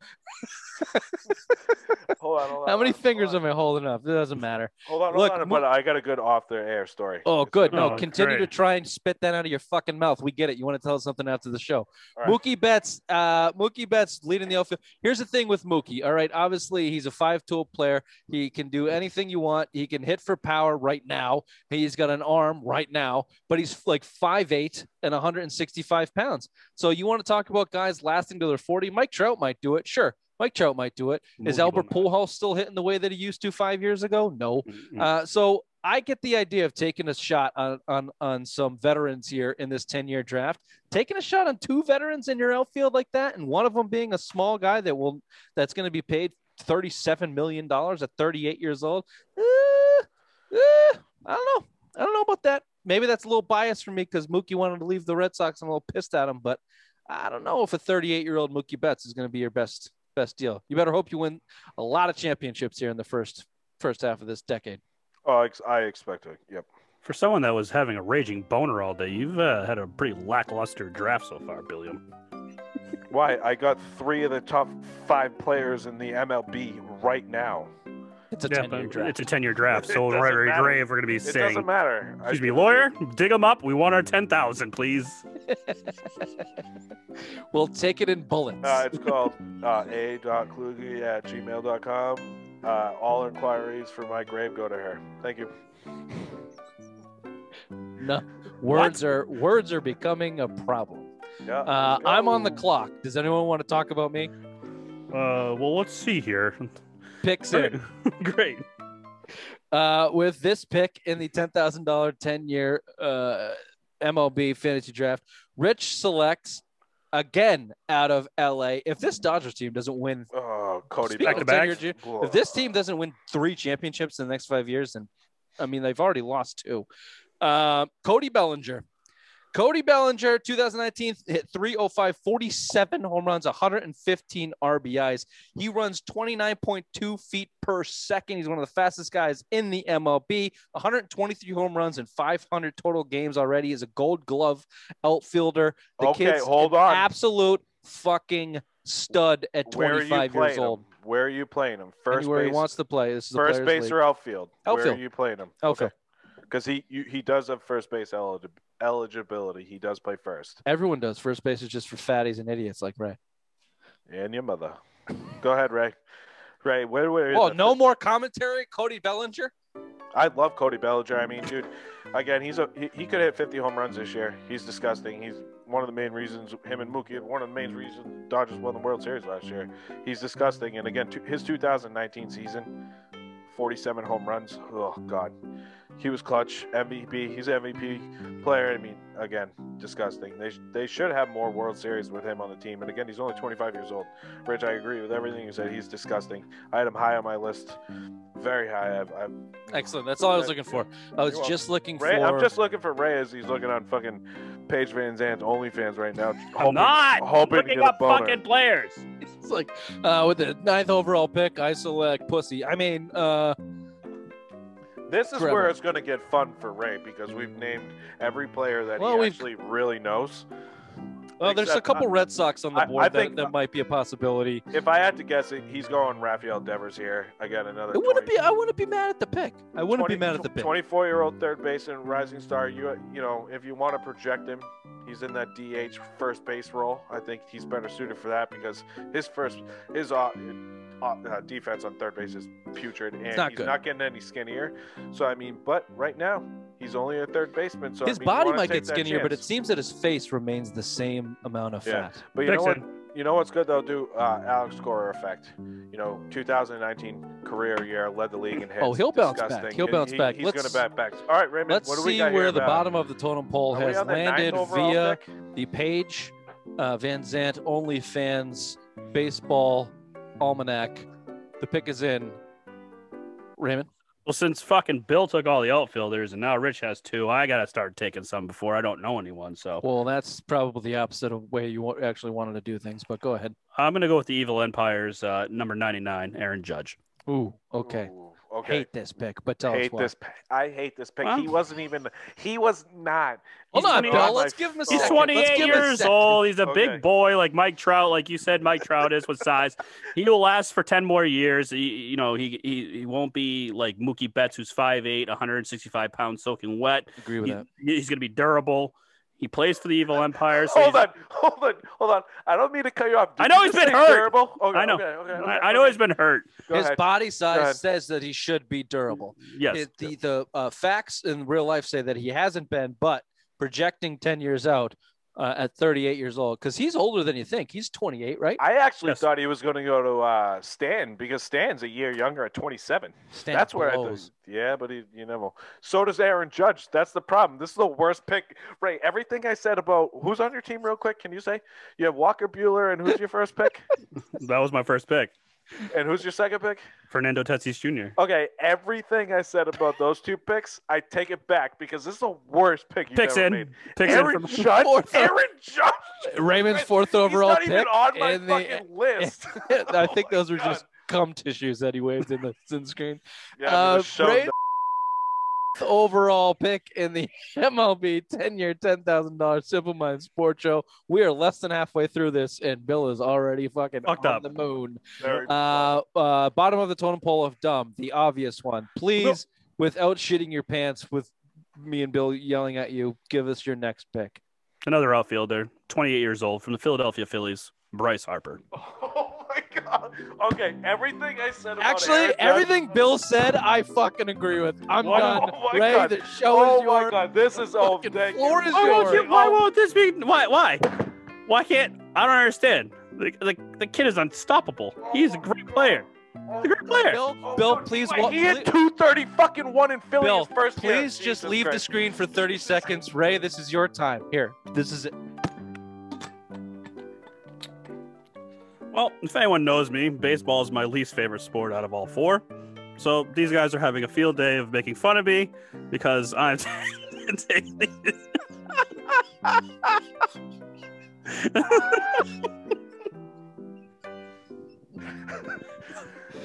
Hold on, hold on.
How
hold
many
on,
fingers
Hold
am I holding up? It doesn't matter.
on, hold on.
Look,
hold on,
Mo-
but I got a good off the air story.
Oh,
It's
good. No,
Oh,
continue
great.
to try and spit that out of your fucking mouth. We get it. You want to tell us something after the show.
All right.
Mookie Betts, uh, Mookie Betts leading the outfield. Here's the thing with Mookie. All right. Obviously, he's a five tool player. He can do anything you want. He can hit for power right now. He's got an arm right now, but he's like 5'8 and 165 pounds. So you want to talk about guys lasting to their 40? Mike Trout might do it. Sure. Mike Trout might do it. Is
Mookie will
Albert
not.
Pujols still hitting the way that he used to five years ago? No.
Mhm.
Uh, so I get the idea of taking a shot on on on some veterans here in this ten year draft. Taking a shot on two veterans in your outfield like that, and one of them being a small guy that will that's going to be paid thirty seven million dollars at thirty eight years old. Eh, eh, I don't know. I don't know about that. Maybe that's a little biased for me because Mookie wanted to leave the Red Sox. I'm a little pissed at him, but I don't know if a 38 year old Mookie Betts is going to be your best best deal. You better hope you win a lot of championships here in the first first half of this decade.
Oh, ex- I expect it. Yep.
For someone that was having a raging boner all day, you've uh, had a pretty lackluster draft so far, Billiam.
Why? I got three of the top five players in the MLB right now.
It's a
Yeah,
10 year
but
draft.
It's a 10 year draft.
It
So,
doesn't
right, very
matter.
grave, we're going to be
It
saying,
doesn't matter. I-
Excuse me, lawyer, dig them up. We want our 10,000, please.
we'll take it in bullets.
Uh, it's called uh, a.kluge at gmail.com. Uh, all inquiries for my grave go to her. Thank you.
no, words are words are becoming a problem.
Yeah, Oh.
Uh,
let's go.
I'm on the clock. Does anyone want to talk about me?
Uh, well, let's see here.
Picks in
Great.
uh, with this pick in the ten thousand dollar ten year uh, MLB fantasy draft. Rich selects again out of LA. If this Dodgers team doesn't win,
Oh, Cody.
speaking
back
of
to
Bellinger.
back.
tenure, Ju- if this team doesn't win three championships in the next five years, then I mean they've already lost two. Um, Cody Bellinger. Cody Bellinger, 2019, hit 305, 47 home runs, 115 RBIs. He runs 29.2 feet per second. He's one of the fastest guys in the MLB. 123 home runs and 500 total games already. He's a gold glove outfielder. The
Okay,
kid's
hold
an
on.
absolute fucking stud at
Where are you
25 years
playing
old.
Him? Where are you playing him? First
anywhere
base,
he wants to play. This is the
first
players'
base
league.
or outfield?
Outfield.
Where are you playing him?
outfield.
Because he you, he does have first base eligi- eligibility. He does play first.
Everyone does. First base is just for fatties and idiots like Ray.
And your mother. Go ahead, Ray. Ray, where where?
Oh,
the-
no more commentary, Cody Bellinger.
I love Cody Bellinger. I mean, dude, again, he's a he, he could hit 50 home runs this year. He's disgusting. He's one of the main reasons him and Mookie. One of the main reasons the Dodgers won the World Series last year. He's disgusting. And again, t- his 2019 season, 47 home runs. Oh God, he was clutch MVP. He's an MVP player. I mean, again, disgusting. They sh- they should have more World Series with him on the team. And again, he's only 25 years old. Rich, I agree with everything you said. He's disgusting. I had him high on my list, very high. I've, I've
Excellent. That's all I was looking for. I was
You're welcome.
just looking
Ray,
for.
I'm just looking for Ray as he's looking on fucking Paige Van Zandt's OnlyFans right now.
I'm not
hoping to
looking
get a
up
boner.
fucking players.
It's like uh, with the ninth overall pick, I select pussy. I mean, uh,
This is
Trevor.
where it's going to get fun for Ray because we've named every player that
Well,
he
we've-
actually really knows.
well, there's a
Except
couple Red Sox on the
I-
board
I think-
that, that might be a possibility.
If I had to guess it, he's going Rafael Devers here. Again, another.
It wouldn't
20
be. I wouldn't be mad at the pick. I wouldn't be mad at the pick.
24 year old third baseman, rising star. You you know, if you want to project him, he's in that DH first base role. I think he's better suited for that because his first his uh, uh, defense on third base is putrid and
not
he's
good.
not getting any skinnier. So I mean, but right now he's only a third baseman. So I
His
mean, you
body
wanna
might
take
get
that
skinnier, but it
chance.
seems that his face remains the same amount of
Yeah.
fat.
But you know
Makes
what? You know what's good though? Do uh, Alex Cora effect. You know, 2019 career year led the league in hits.
Oh, he'll bounce back.
Disgusting.
He'll
He-
bounce
he-
back.
He's
Let's-
gonna bounce back. All right, Raymond.
Let's
what do we
see
got
where
here
the
about-
bottom of the totem pole
Are we
has
on the ninth
landed
overall
via
pick?
the page uh, Van Zant OnlyFans Baseball Almanac. The pick is in. Raymond,
Well, since fucking Bill took all the outfielders and now Rich has two, I gotta start taking some before I don't know anyone. So
Oh.
well, that's probably the opposite of way you wa- actually wanted to do things, but go ahead.
I'm gonna go with the Evil Empire's uh, number 99, Aaron Judge.
Ooh, okay.
Ooh, okay.
Hate this pick, but tell us
hate
why.
this. pick. I hate this pick.
Well-
he wasn't even. He was not.
Hold
He's
on,
20
Bill.
on
Let's
my
give him a
phone.
second.
He's
Let's give
28
him a
years
second.
old. He's a
Okay.
big boy, like Mike Trout, like you said. Mike Trout is with size. He will last for 10 more years. He, you know, he, he he won't be like Mookie Betts, who's 5'8", 165 pounds, soaking wet.
Agree with
He-
that.
he's gonna be durable. He plays for the Evil Empire. So
Hold
he's-
on, hold on, hold on. I don't mean to cut you off. Did
I know
you
he's
just
been
say
hurt.
Terrible? Okay,
I know.
Okay, okay, okay,
I, I know he's been hurt.
Go
His
ahead.
body
ahead.
size says that he should be durable.
Yes.
it, the the uh, facts in real life say that he hasn't been, but projecting ten years out uh, at 38 years old, because he's older than you think. He's 28, right?
I actually
Yes.
thought he was going to go to uh, Stan because Stan's a year younger at 27.
Stan
That's where I
blows.
thought. Yeah, but he, you never. So does Aaron Judge. That's the problem. This is the worst pick. Ray, everything I said about who's on your team, real quick, can you say? You have Walker Bueller, and who's your first pick?
That was my first pick,
and who's your second pick?
Fernando Tatis Jr.
Okay, everything I said about those two picks, I take it back because this is the worst pick you've
Picks
ever
in.
made.
Picks in
Aaron
from-
Judge.
Fourth.
Aaron Judge.
Raymond's fourth
He's
overall
not
pick.
even on my
in the-
fucking list.
I think
Oh my
those were
God.
just cum tissues that he waved in the sunscreen.
Yeah, I mean,
uh,
the show
Ray- Overall pick in the MLB 10 year, $10,000 Simple Mind Sports Show. We are less than halfway through this, and Bill is already fucking
Fucked
on
up.
the moon.
Very-
uh, uh, bottom of the totem pole of dumb, the obvious one. Please, without shitting your pants, with me and Bill yelling at you, give us your next pick.
Another outfielder, 28 years old, from the Philadelphia Phillies, Bryce Harper.
oh my god. Okay, everything I said. About Aaron
Actually,
Judge-
everything Bill said, I fucking agree with. I'm
Wow,
done.
oh my
Ray,
God.
the show
Oh
is
my
yours.
god, this is oh,
Fucking
thank you.
floor is
Oh,
yours.
won't
Sorry.
you- why won't this be? Why? Why? Why can't? I don't understand. The, the, the kid is unstoppable. He's a great player.
oh,
He's a great player.
Bill, Bill, plell
Wait,
wa-
he had
pl-
230 fucking one in Philly
Bill,
his first year.
please just
Jesus
leave the
Christ.
screen for 30 seconds. Ray, this is your time. Here, this is it.
Well, if anyone knows me, baseball is my least favorite sport out of all four. So these guys are having a field day of making fun of me because I'm taking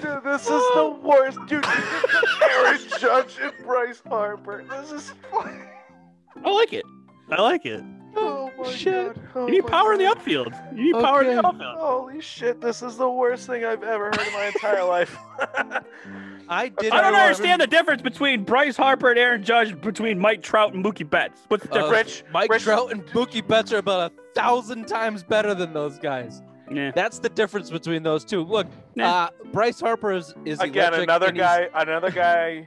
Dude, this is the worst. Dude, you just took Aaron Judge and Bryce Harper. This is fun.
I like it. I like it.
Oh my
Shit.
god. Oh
You need
my
power in the
God.
outfield. You need power in the
Okay.
outfield.
Holy shit, this is the worst thing I've ever heard in my entire life.
I didn't.
I don't
want-
understand the difference between Bryce Harper and Aaron Judge between Mike Trout and Mookie Betts. What's the
Uh,
difference?
Rich,
Mike
Rich-
Trout and Mookie Betts are about a thousand times better than those guys.
Yeah.
That's the difference between those two. Look,
Yeah.
uh, Bryce Harper is, is
Again,
electric
another
and he's-
guy, another guy,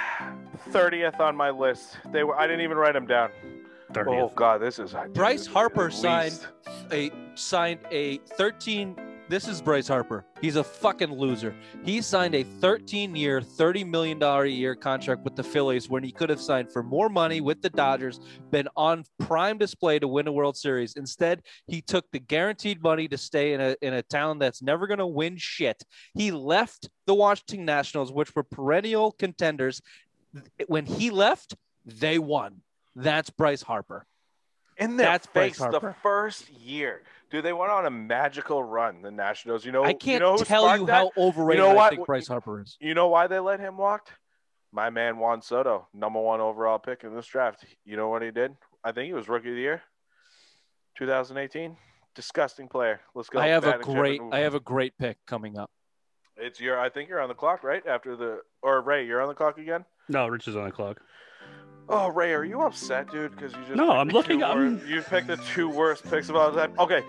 thirtieth on my list. They were. I didn't even write him down. Oh god, this is. dude,
Bryce
this is
Harper
the
signed-
least.
a signed a 13 this is Bryce Harper. He's a fucking loser. He signed a 13 year, $30 million a year contract with the Phillies when he could have signed for more money with the Dodgers, been on prime display to win a World Series. Instead, he took the guaranteed money to stay in a, in a town that's never going to win shit. He left the Washington Nationals, which were perennial contenders. When he left, they won. That's Bryce Harper.
in their
That's Bryce
face the
Harper.
first year. Dude, they went on a magical run. The Nationals. You know,
I can't
you know who
tell
sparked
you
that?
how overrated
You know
I
what?
think Bryce Harper is.
You know why they let him walk? My man Juan Soto, number one overall pick in this draft. You know what he did? I think he was rookie of the year, 2018. Disgusting player. Let's go.
I have a
Maddox, Shepard,
great
move.
I have a great pick coming up.
It's your. I think you're on the clock, right? After the or Ray, you're on the clock again.
No, Rich is on the clock.
Oh, Ray, are you upset, dude? Because you just
No,
picked
I'm
the
looking-
two
I'm-
wor- you picked the two worst picks of all time. Okay,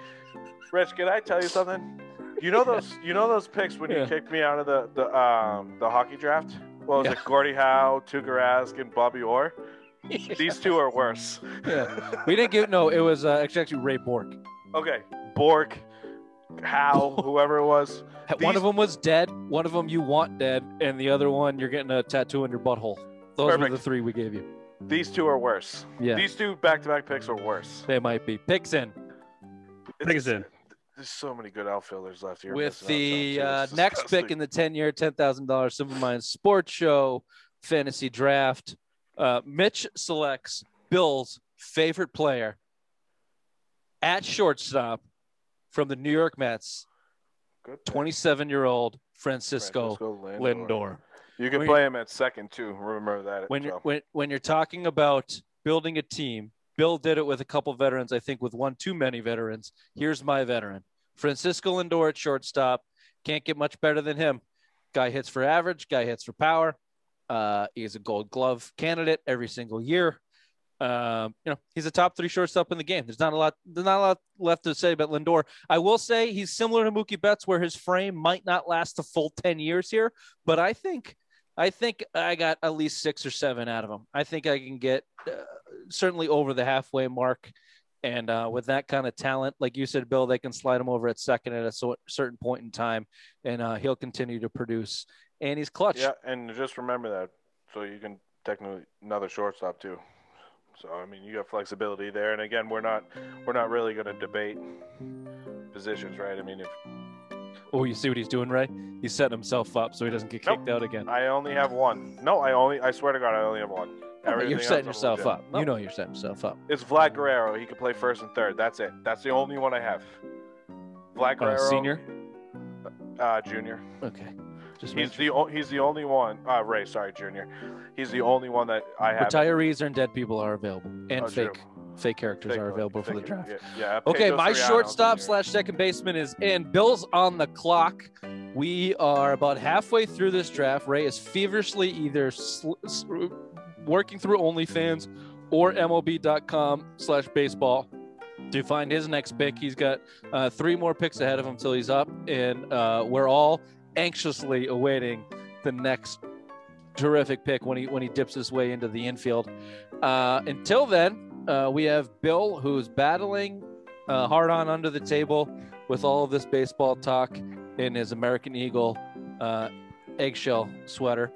Rich, can I tell you something? You know those you know those picks when
Yeah.
you kicked me out of the the um the hockey draft. Well, was
Yeah.
it Gordie Howe, Tuukka Rask, and Bobby Orr?
yeah.
These two are worse.
We didn't give no, it was uh, actually, actually Ray Bork.
Okay, Bork, Howe, whoever it was.
One
These-
of them was dead, one of them you want dead, and the other one you're getting a tattoo in your butthole. Those were
Perfect.
the three we gave you.
These two are worse.
Yeah,
These two back-to-back picks are worse.
they might be. Picks in
Pick us in.
There's so many good outfielders left here.
with the uh, next pick in the 10 year, $10,000 Simple Minds Sports Show fantasy draft. Uh, Mitch selects Bill's favorite player at shortstop from the New York Mets, 27 year old Francisco, Lindor.
You can
When-
play him at second too. Remember that.
When you're
Joe.
when, when you're talking about building a team, Bill did it with a couple veterans. I think with one too many veterans. Here's my veteran, Francisco Lindor at shortstop. Can't get much better than him. Guy hits for average. Guy hits for power. Uh, he's a Gold Glove candidate every single year. Um, you know he's a top three shortstop in the game. There's not a lot. There's not a lot left to say about Lindor. I will say he's similar to Mookie Betts, where his frame might not last the full ten years here. But I think I think I got at least six or seven out of them. I think I can get uh, certainly over the halfway mark. And uh, with that kind of talent, like you said, Bill, they can slide him over at second at a so- certain point in time, and uh, he'll continue to produce. And he's clutch.
Yeah, and just remember that. So you can technically another shortstop too. So I mean, you got flexibility there. And again, we're not we're not really going to debate positions, right? I mean, if
Oh, you see what he's doing, Ray? He's setting himself up so he doesn't get
Nope.
kicked out again.
I only have one. No, I only I swear to God, I only have one.
Okay,
Everything
you're
else
setting
I'm
yourself
legit.
up.
No,
You know you're setting yourself up.
it's Vlad Guerrero. He can play first and third. That's it. That's the only one I have. Vlad
Uh,
Guerrero,
senior?
uh, junior.
Okay. Just make
He's the o- he's the only one. Uh, Ray, sorry, junior. He's the only one that I
sure.
have.
Retirees and dead people are available, and
Oh, true.
fake fake characters
Fake
are
one.
available for the
Fake
draft.
one. Yeah. yeah
Okay,
Pedro
my
Soriano,
shortstop
junior.
slash second baseman is in. Bill's on the clock. We are about halfway through this draft. Ray is feverishly either sl- s- working through OnlyFans or MLB.com slash baseball to find his next pick. He's got uh, three more picks ahead of him till he's up, and uh, we're all anxiously awaiting the next terrific pick when he when he dips his way into the infield. Uh, until then. Uh, we have Bill, who's battling uh, hard on under the table with all of this baseball talk in his American Eagle uh, eggshell sweater.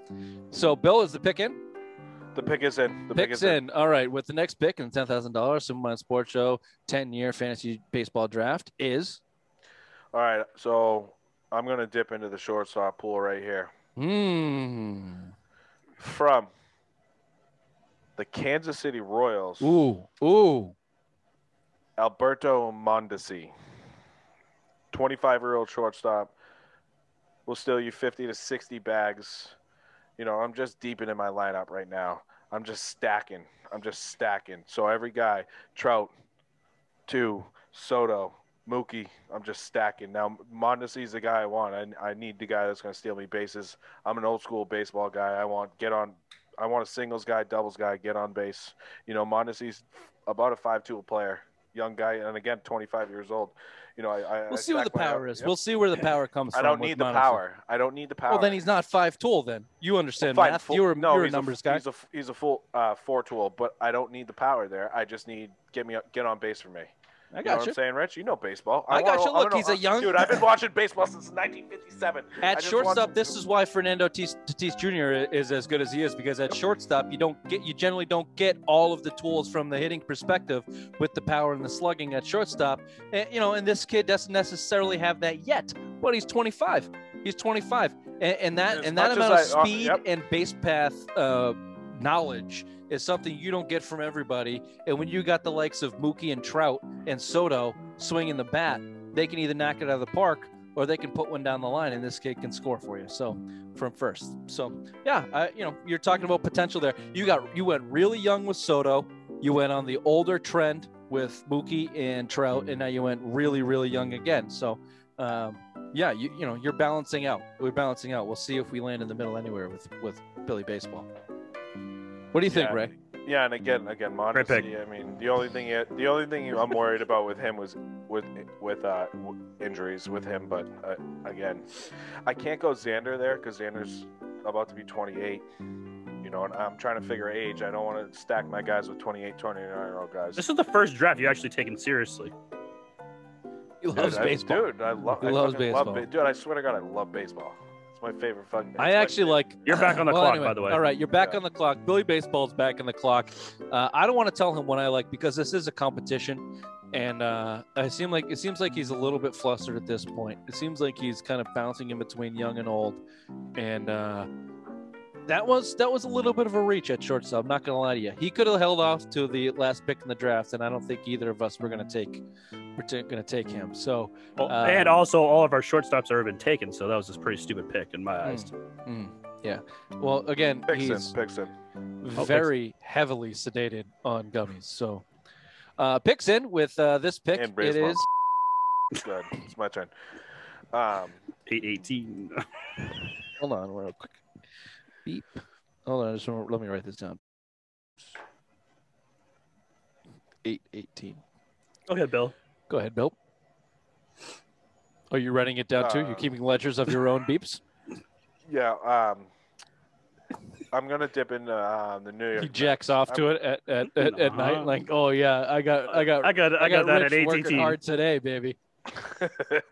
So Bill is the pick in.
The pick is in. The pick
Picks
is in.
in. All right, with the next pick in ten thousand dollars, Superman Sports Show ten year fantasy baseball draft is
All right, so I'm gonna dip into the shortstop pool right here
Hmm.
from the Kansas City Royals,
Ooh. Ooh.
Alberto Mondesi, 25 year old shortstop, will steal you 50 to 60 bags. You know, I'm just deeping in my lineup right now. I'm just stacking. I'm just stacking. So every guy, Trout, two, Soto, Mookie, I'm just stacking. Now, Mondesi's the guy I want. I, I need the guy that's going to steal me bases. I'm an old school baseball guy. I want get on. I want a singles guy, doubles guy, get on base. You know, Mondesi's about a five-tool player young guy, and again, 25 years old. You know, I, I
We'll see where the power is.
Yep.
We'll see where the power comes
I
from.
don't
with
need the
Monesi.
power. I don't need the power.
Well, then he's not five tool. Then you
Well,
understand
fine,
math.
full-
you're a,
no,
you're a
he's
numbers
a,
guy.
He's a he's a full uh, four tool, but I don't need the power there. I just need get me get on base for me.
I
you know
got
what
you.
I'm saying, Rich? You know baseball.
I got
wanna-
you.
wanna
Look,
know-
he's a young-
dude. I've been watching baseball since 1957. I
At
just
shortstop,
want-
this is why Fernando Tatis Tatis Jr. is as good as he is because at shortstop you don't get you generally don't get all of the tools from the hitting perspective with the power and the slugging at shortstop. And, you know, and this kid doesn't necessarily have that yet. But he's 25. He's 25, and, and that
As
and that
much
amount of
as I- uh,
speed
yep.
and base path uh, knowledge is something you don't get from everybody. And when you got the likes of Mookie and Trout and Soto swinging the bat, they can either knock it out of the park or they can put one down the line, and this kid can score for you. So from first, so yeah, I, you know, you're talking about potential there. You got you went really young with Soto. You went on the older trend with Mookie and Trout, and now you went really, really young again. So, um, yeah, you you know, you're balancing out. We're balancing out. We'll see if we land in the middle anywhere with with Billy Baseball. What do you think,
Yeah.
Ray?
Yeah, and again, again,
Great pick.
Mondesi. I mean, the only thing the only thing I'm worried about with him was with with uh, w- injuries with him. But uh, again, I can't go Xander there because Xander's about to be 28. You know, and I'm trying to figure age. I don't want to stack my guys with 28, 29 year old guys.
This is the first draft you actually taken seriously.
He
Dude,
loves
I,
baseball.
Dude, I love.
He
I
loves
fucking
baseball.
Love, ba- dude, I swear to God, I love baseball. It's my favorite
I
fucking. it's my
actually
favorite-
like.
You're back on the
Well,
clock,
anyway,
by the way.
All right, you're back
Yeah.
on the clock. Billy Baseball's back on the clock. Uh, I don't want to tell him what I like because this is a competition, and uh, I seem like it seems like he's a little bit flustered at this point. It seems like he's kind of bouncing in between young and old, and uh, that was that was a little bit of a reach at shortstop. I'm not going to lie to you. He could have held off to the last pick in the draft, and I don't think either of us were going to take we're going to take him. So
Well,
Uh,
and also, all of our shortstops have been taken, so that was just a pretty stupid pick in my eyes.
mm, yeah. Well, again, he's
Pixon. Pixon.
Oh,
thanks.
very heavily sedated on gummies. So, uh, picks in with uh, this pick.
And
it
Braswell.
is
Good. It's my turn. Um,
Eight eighteen.
hold on real quick. Beep. Hold on, just wanna- let me write this down. Eight eighteen.
Go ahead, Bill.
Go ahead, Bill. Are you writing it down too? You're
Uh,
keeping ledgers of your own beeps.
yeah. Um, I'm gonna dip into um, the New York.
He jacks off to it at at, at, at
Nah.
night, like, oh yeah, I got I got
Uh-huh. I got, I got, that at
Rich
eight
working
eighteen.
hard today, baby.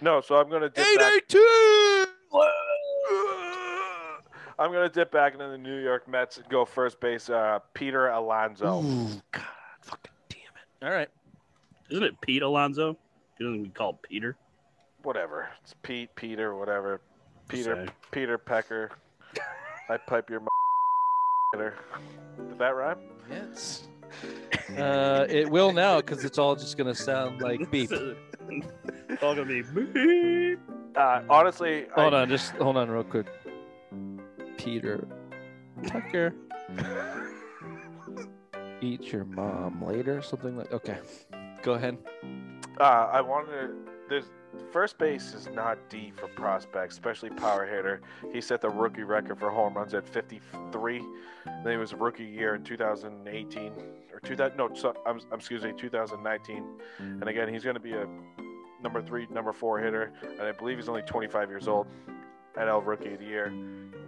no, so I'm gonna dip
Eight
back.
eighteen.
I'm gonna dip back into the New York Mets and go first base. Uh, Peter Alonso.
Ooh, God, fucking damn it! All right.
Isn't it Pete Alonzo? He doesn't even call Peter.
Whatever. It's Pete. Peter. Whatever. Peter.
Sorry.
Peter Pecker. I pipe your. Peter. Did that rhyme?
Yes. Uh, it will now because it's all just gonna sound like beep.
it's all gonna be beep.
Uh, honestly, I-
Hold on, just hold on real quick. Peter Tucker, eat your mom later, something like. Okay, go ahead.
Uh, I wanted to. There's first base is not deep for prospects, especially power hitter. He set the rookie record for home runs at 53. Then it was a rookie year in 2018 or 2000. No, so, I'm, I'm excuse me, 2019. And again, he's going to be a number three, number four hitter, and I believe he's only 25 years old. NL Rookie of the Year,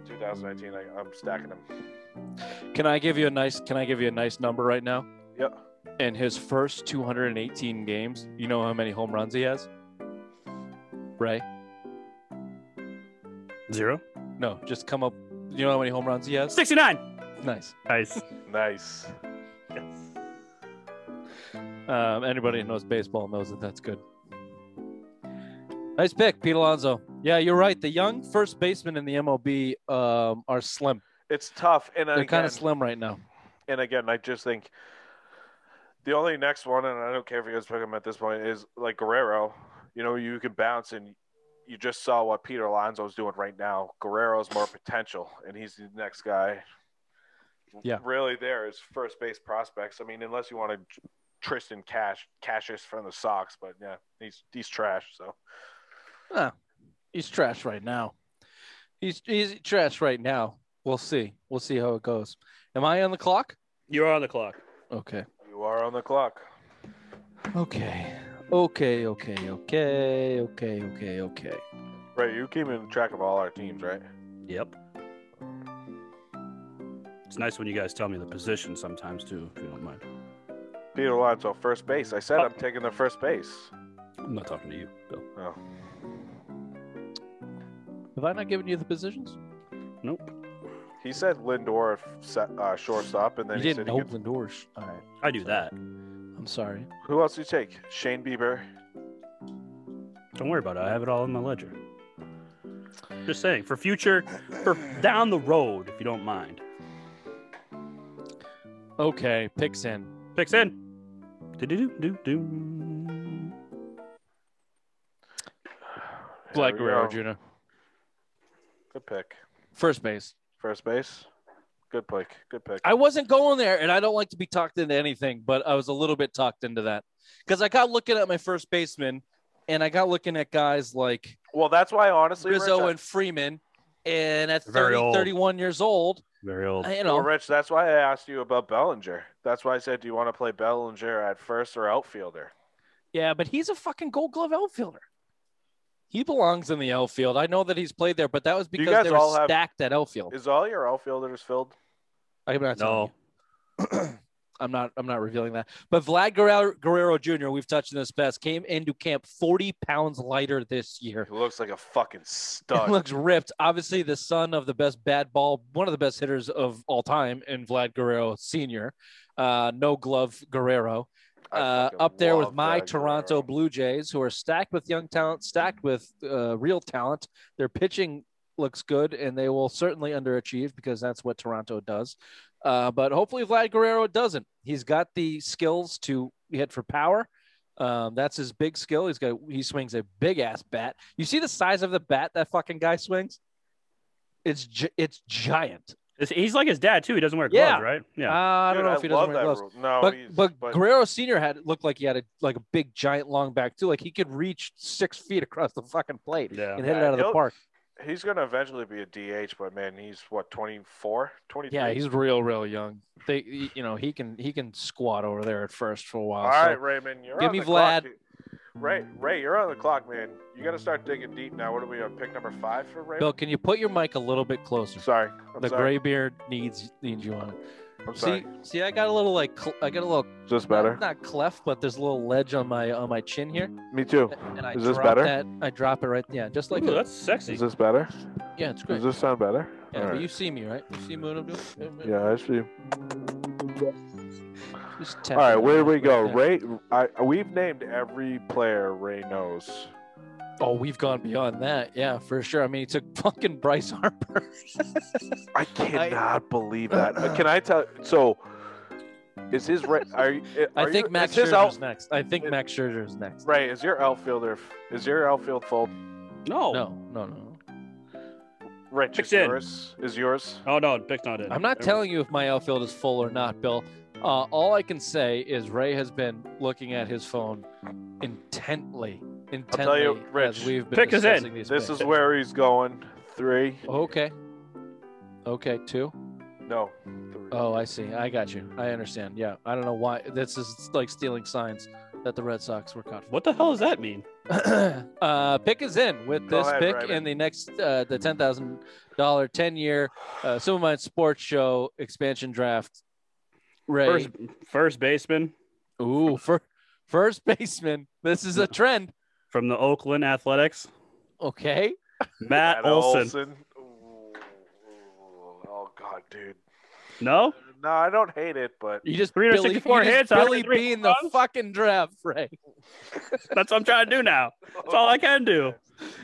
2019. I, I'm stacking him.
Can I give you a nice? Can I give you a nice number right now?
Yep.
In his first 218 games, you know how many home runs he has? Ray?
Zero.
No, just come up. You know how many home runs he has?
Sixty nine.
Nice.
Nice.
Nice.
Um, anybody who knows baseball knows that that's good. Nice pick, Pete Alonso. Yeah, you're right. The young first basemen in the MLB um, are slim.
It's tough, and
They're kind
again,
of slim right now.
and again, I just think the only next one, and I don't care if you guys pick him at this point, is like Guerrero. You know, you can bounce, and you just saw what Peter Alonso is doing right now. Guerrero's more potential, and he's the next guy.
Yeah.
really, there is first base prospects. I mean, unless you want to Tristan Cash, Cassius from the Sox, but yeah, he's he's trash. So
He's trash right now. He's he's trash right now. We'll see. We'll see how it goes. Am I on the clock?
You're on the clock.
Okay.
you are on the clock.
Okay. Okay. Okay. Okay. Okay. Okay. Okay.
Right, you keep in track of all our teams, right?
Yep. It's nice when you guys tell me the position sometimes too, if you don't mind.
Peter Alonso, first base. I said I'm taking the first base.
I'm not talking to you, Bill.
Oh.
Have I not given you the positions?
Nope.
He said Lindor set, uh, shortstop, and then
you
he
didn't
said
know
he could-
Lindor. sh- All right.
I do that.
I'm sorry.
who else do you take? Shane Bieber.
Don't worry about it. I have it all in my ledger. Just saying, for future, for down the road, if you don't mind.
Okay. Picks in.
Picks in. Do-do-do-do-do.
Black
There we
Guerrero
go.
Jr.
Good pick.
First base.
First base. Good pick. Good pick.
I wasn't going there, and I don't like to be tucked into anything, but I was a little bit tucked into that because I got looking at my first baseman, and I got looking at guys like
well, that's why honestly, Rich,
Rizzo
I-
and Freeman, and at
Very
30,
old.
31 years old,
Very old.
I- you
well,
know,
Rich, that's why I asked you about Bellinger. That's why I said, do you want to play Bellinger at first or outfielder?
yeah, but he's a fucking Gold Glove outfielder. He belongs in the outfield. I know that he's played there, but that was
You
because
guys
they were
all have-
stacked at outfield.
Is all your outfielders filled?
I'm not. telling
No.
you. I'm not. I'm not revealing that. But Vlad Guerrero, Guerrero Jr. We've touched on this best. Came into camp 40 pounds lighter this year.
He looks like a fucking
He
stud.
looks ripped. Obviously, the son of the best bad ball, one of the best hitters of all time, in Vlad Guerrero Senior. Uh, no glove Guerrero
I
uh,
fucking
up there with
love
my
Vlad
Toronto
Guerrero.
Blue Jays, who are stacked with young talent, stacked with uh, real talent. Their pitching looks good, and they will certainly underachieve because that's what Toronto does. Uh, but hopefully, Vlad Guerrero doesn't. He's got the skills to hit for power. Um, that's his big skill. He's got he swings a big ass bat. You see the size of the bat that fucking guy swings. It's gi- it's giant.
It's- He's like his dad, too. He doesn't wear gloves,
Yeah.
right?
Uh,
Yeah.
I don't
Dude,
know if he
love
doesn't wear
that
gloves.
rule. No,
But,
he's-
but Guerrero Senior had looked like he had a like a big giant long back too. Like he could reach six feet across the fucking plate
yeah.
and hit it
Yeah,
out of the
he'll-
park.
he's going to eventually be a DH, but man, he's what 24, 23.
Yeah, he's real, real young. They, you know, he can he can squat over there at first for a while.
All
Uh, so-
right, Raymond, you're
give
on
me
the
Vlad.
clock, dude. Ray, Ray, you're on the clock, man. You got to start digging deep now. What are we on pick number five for Raymond?
Bill, can you put your mic a little bit closer?
Sorry, I'm
the
sorry.
gray beard needs needs you on it.
I'm
See,
sorry.
see, I got a little like cl- I got a little
Is this better?
not cleft, but there's a little ledge on my on my chin here,
Me too.
and I
Is this
drop
better?
that. I drop it right. Yeah, just like
Ooh,
that.
that's sexy.
Is this better?
yeah, it's great.
Does this sound better?
yeah,
All
but
right.
you see me, right? You see what I'm doing?
Yeah, I see.
Just
All
tap
right,
it
where do we
right
go?
there.
Ray, I, we've named every player Ray knows.
Oh, we've gone beyond that. Yeah, for sure. I mean, he took fucking Bryce Harper.
I cannot believe that. Uh, Can I tell? So, is his Ray? Are, you-
I
are
think
you,
Max
is his
Scherzer's
out,
next. I think
it-
Max Scherzer's next.
Ray? Is your outfielder? f- Is your outfield full?
No.
No, no, no.
Rich
Picks
is
in.
yours. Is yours?
Oh, no. Pick's not in.
I'm not telling you if my outfield is full or not, Bill. Uh, all I can say is Ray has been looking at his phone intently, intently
tell you,
as
Rich,
we've been
pick us in.
discussing these.
This
picks.
is where he's going. Three.
okay. Okay, two.
No. Three.
Oh, I see. I got you. I understand. Yeah, I don't know why this is like stealing signs that the Red Sox were caught.
What the hell does that mean?
uh, pick is in with
Go
this
ahead,
pick
Ryman.
and the next uh, the ten thousand dollar ten year uh, Silver Mine Sports Show expansion draft. Ray,
First, first baseman
ooh, fir- first baseman. This is a trend.
from the Oakland Athletics,
Okay,
Matt Olson.
Ooh, Oh God, dude.
No?
No, I don't hate it, but
You just
Three hundred
Billy,
sixty-four
you just
hits,
Billy
103
being the
runs?
fucking draft, Frank.
That's what I'm trying to do now. That's all I can do.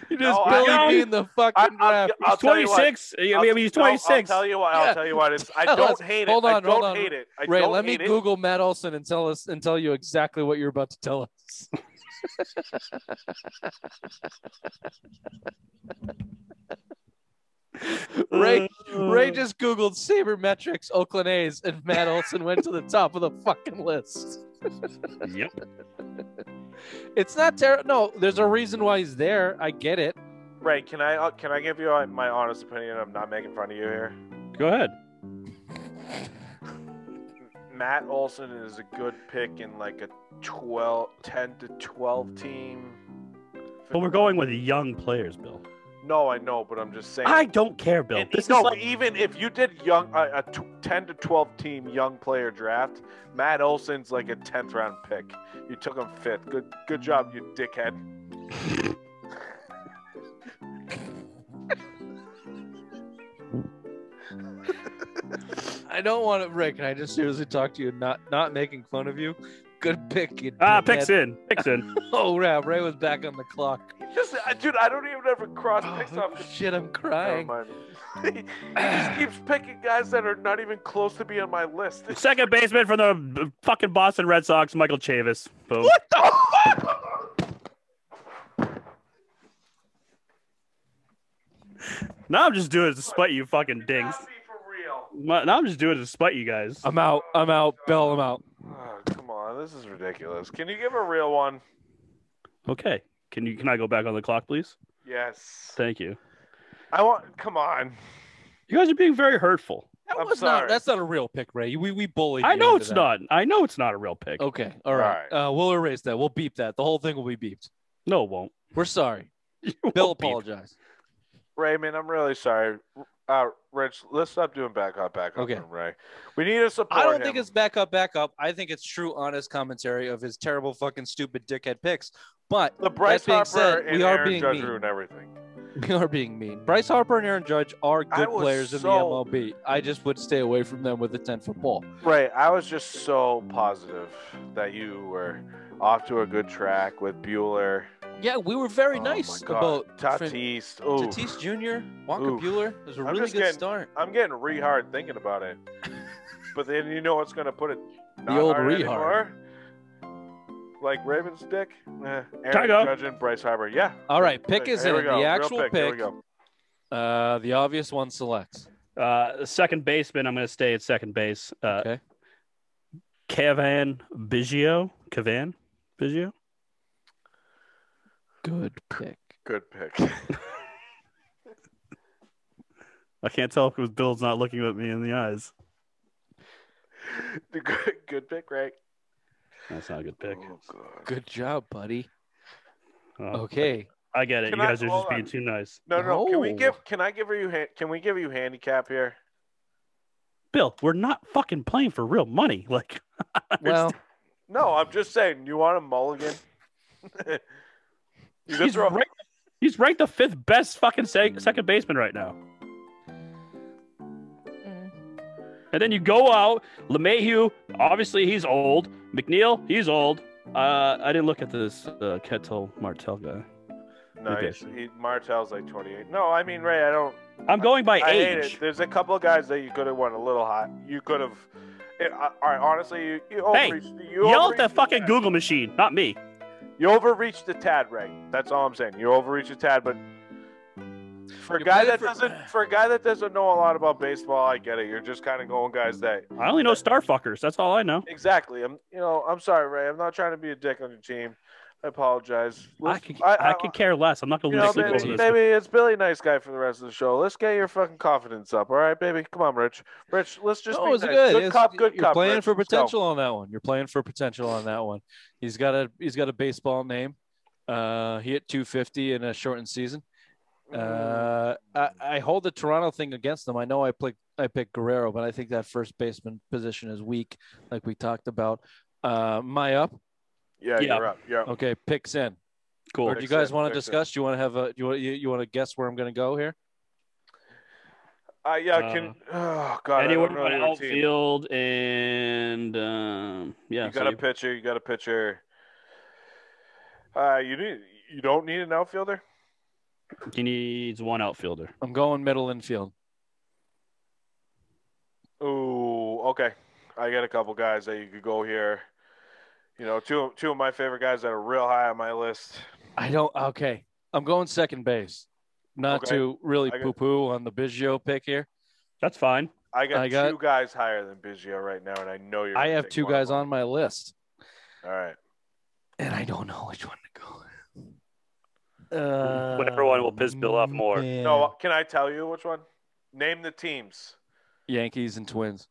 You
No,
just
I-
Billy
I'm-
being the fucking
I'm- I'm-
draft.
He's
I'll tell you what.
26. I mean,
I'll-
he's
no,
26.
I'll tell you why. I'll
Yeah.
tell you why. It's, I
Tell
don't
us.
hate it.
Hold
I
on, hold
don't
on.
hate it. I
Ray,
don't
let me
hate it.
Google Matt Olson and tell us and tell you exactly what you're about to tell us. Ray, Ray just Googled sabermetrics Oakland A's, and Matt Olson went to the top of the fucking list.
Mm. Yep.
It's not terrible. No, there's a reason why he's there. I get it.
Ray, can I uh, can I give you uh, my honest opinion? I'm not making fun of you here.
Go ahead.
Matt Olson is a good pick in like a 12, 10 to 12 team.
But we're going with young players, Bill.
No, I know, but I'm just saying.
I don't care, Bill.
And
This
no,
is like,
even if you did young uh, a, a tw- 10 to 12 team young player draft, Matt Olson's like a 10th round pick. You took him fifth. Good good job, you dickhead.
I don't want to, Ray. Can I just seriously talk to you? Not not making fun of you. Good pick. You
ah,
dickhead.
picks in, picks in.
Oh, yeah. Ray was back on the clock.
Just I- dude, I don't even ever cross picks
Oh,
off.
shit, I'm
Never
crying.
mind. he just keeps picking guys that are not even close to be on my list.
Second baseman from the b- fucking Boston Red Sox, Michael Chavis. Boom.
What the fuck?
Now I'm just doing it to spite you, fucking dings.
Gotta be for real.
My- Now I'm just doing it to spite you guys.
I'm out. I'm out. Bill, I'm out.
Oh, come on, this is ridiculous. Can you give a real one?
Okay. Can you? Can I go back on the clock, please?
Yes.
Thank you.
I want. Come on.
You guys are being very hurtful.
That
I'm
was
sorry.
not. That's not a real pick, Ray. We we bullied.
I
you
know
into
it's
that. Oh.
not. I know it's not a real pick.
Okay. All right. Uh, we'll erase that. We'll beep that. The whole thing will be beeped.
No, it won't.
We're sorry.
You
Bill,
won't be.
apologize.
Raymond, I'm really sorry. Uh, Rich, let's stop doing back up, back up,
Okay.
from Ray. We need to support
I don't
him.
think it's back up, back up. I think it's true, honest commentary of his terrible, fucking, stupid, dickhead picks. But
the
that
Bryce
being
Harper
said,
and
we are
Aaron
being
Judge
mean.
ruin everything.
we are being mean. Bryce Harper and Aaron Judge are
I
good
was
players in the
so-
MLB. I just would stay away from them with a ten foot ball.
Ray, I was just so positive that you were off to a good track with Bueller.
Yeah, we were very
Oh,
nice
my God.
about
Tatis. Ooh,
Tatis Jr., Walker
Oof.
Bueller. It was a
I'm
really
just
good
getting-
start.
I'm getting re hard thinking about it. but then you know what's going to put it not
old
hard
re-hard.
anymore? Like Ravens dick? Eh, Aaron
Tiger.
Judge and Bryce Harper. Yeah.
All right, pick is
Here
in.
we go.
The
Real
actual
pick. Here we go.
Uh, the obvious one selects.
Uh, the second baseman. I'm going to stay at second base. Uh,
Okay.
Cavan Biggio. Cavan Biggio.
Good pick.
Good pick.
I can't tell because Bill's not looking at me in the eyes.
good, good pick, right?
That's not a good pick.
Oh, God.
Good job, buddy.
Oh,
Okay.
I get it.
Can
You
I-
guys are
hold
just being
on.
too nice.
No, no. Can we
No.
give? Can I give you? han- Can we give you handicap here?
Bill, we're not fucking playing for real money. Like,
Well,
No, I'm just saying. You want a mulligan? you can
he's,
throw.
ranked, he's ranked the fifth best fucking
Hmm.
sec- second baseman right now.
Hmm.
And then you go out, LeMahieu, obviously he's old. McNeil, he's old. Uh, I didn't look at this uh, Ketel Martel guy.
No,
Okay.
he's, he, Martel's like 28. No, I mean Ray. I don't.
I'm going by
I hate
age.
it. There's a couple of guys that you could have went a little hot. You could have. It, I, all right, honestly, you, you
Hey,
overreached. you
Yell at the
overreached
fucking
tad.
Google machine, not me.
You overreached the tad, Ray. That's all I'm saying. You overreached a tad, but for a
You
guy
played
that
for-
doesn't for a guy that doesn't know a lot about baseball, I get it. You're just kind of going guys that
I only know star fuckers. That's all I know.
exactly. I'm you know I'm sorry, Ray. I'm not trying to be a dick on your team. I apologize.
I
Let's-
could, I, could care less. I'm not going
you
to
know,
lose sleep
maybe-
over
baby,
this.
baby, it's Billy Nice Guy for the rest of the show. Let's get your fucking confidence up, all right, baby? Come on, Rich. Rich, let's just
no,
be
it's
nice.
good.
Good
It's-
cop, good
you're
cop.
playing
Rich.
for
Let's go.
potential on that one. You're playing for potential on that one. He's got a he's got a baseball name. Uh, he hit 250 in a shortened season. Uh, I, I hold the Toronto thing against them. I know I picked I picked Guerrero, but I think that first baseman position is weak, like we talked about. Uh, my up.
yeah,
Yeah.
you're up. You're up.
Okay, picks in.
Cool.
Or do you
Picks
guys
in,
want to
picks in.
discuss? Do you want to have a? Do you want you, you want to guess where I'm going to go here?
I Uh, yeah, can oh god,
Uh, Anywhere
I don't know
but
your team.
outfield and um, yeah.
you
so
got a pitcher. You got a pitcher. Uh, you need. You don't need an outfielder.
he needs one outfielder.
I'm going middle infield.
Ooh, okay. I got a couple guys that you could go here. You know, two two of my favorite guys that are real high on my list.
I don't. Okay, I'm going second base. Not
Okay.
to really
I got-
poo-poo on the Biggio pick here.
That's fine.
I got,
I got-
two guys higher than Biggio right now, and I know you're.
I
gonna
have
take
two
one of
guys
them.
on my list,
All right.
and I don't know which one to go. Uh,
Whatever one will piss Bill off
Um,
more.
man.
No, uh, can I tell you which one? Name the teams.
Yankees and Twins.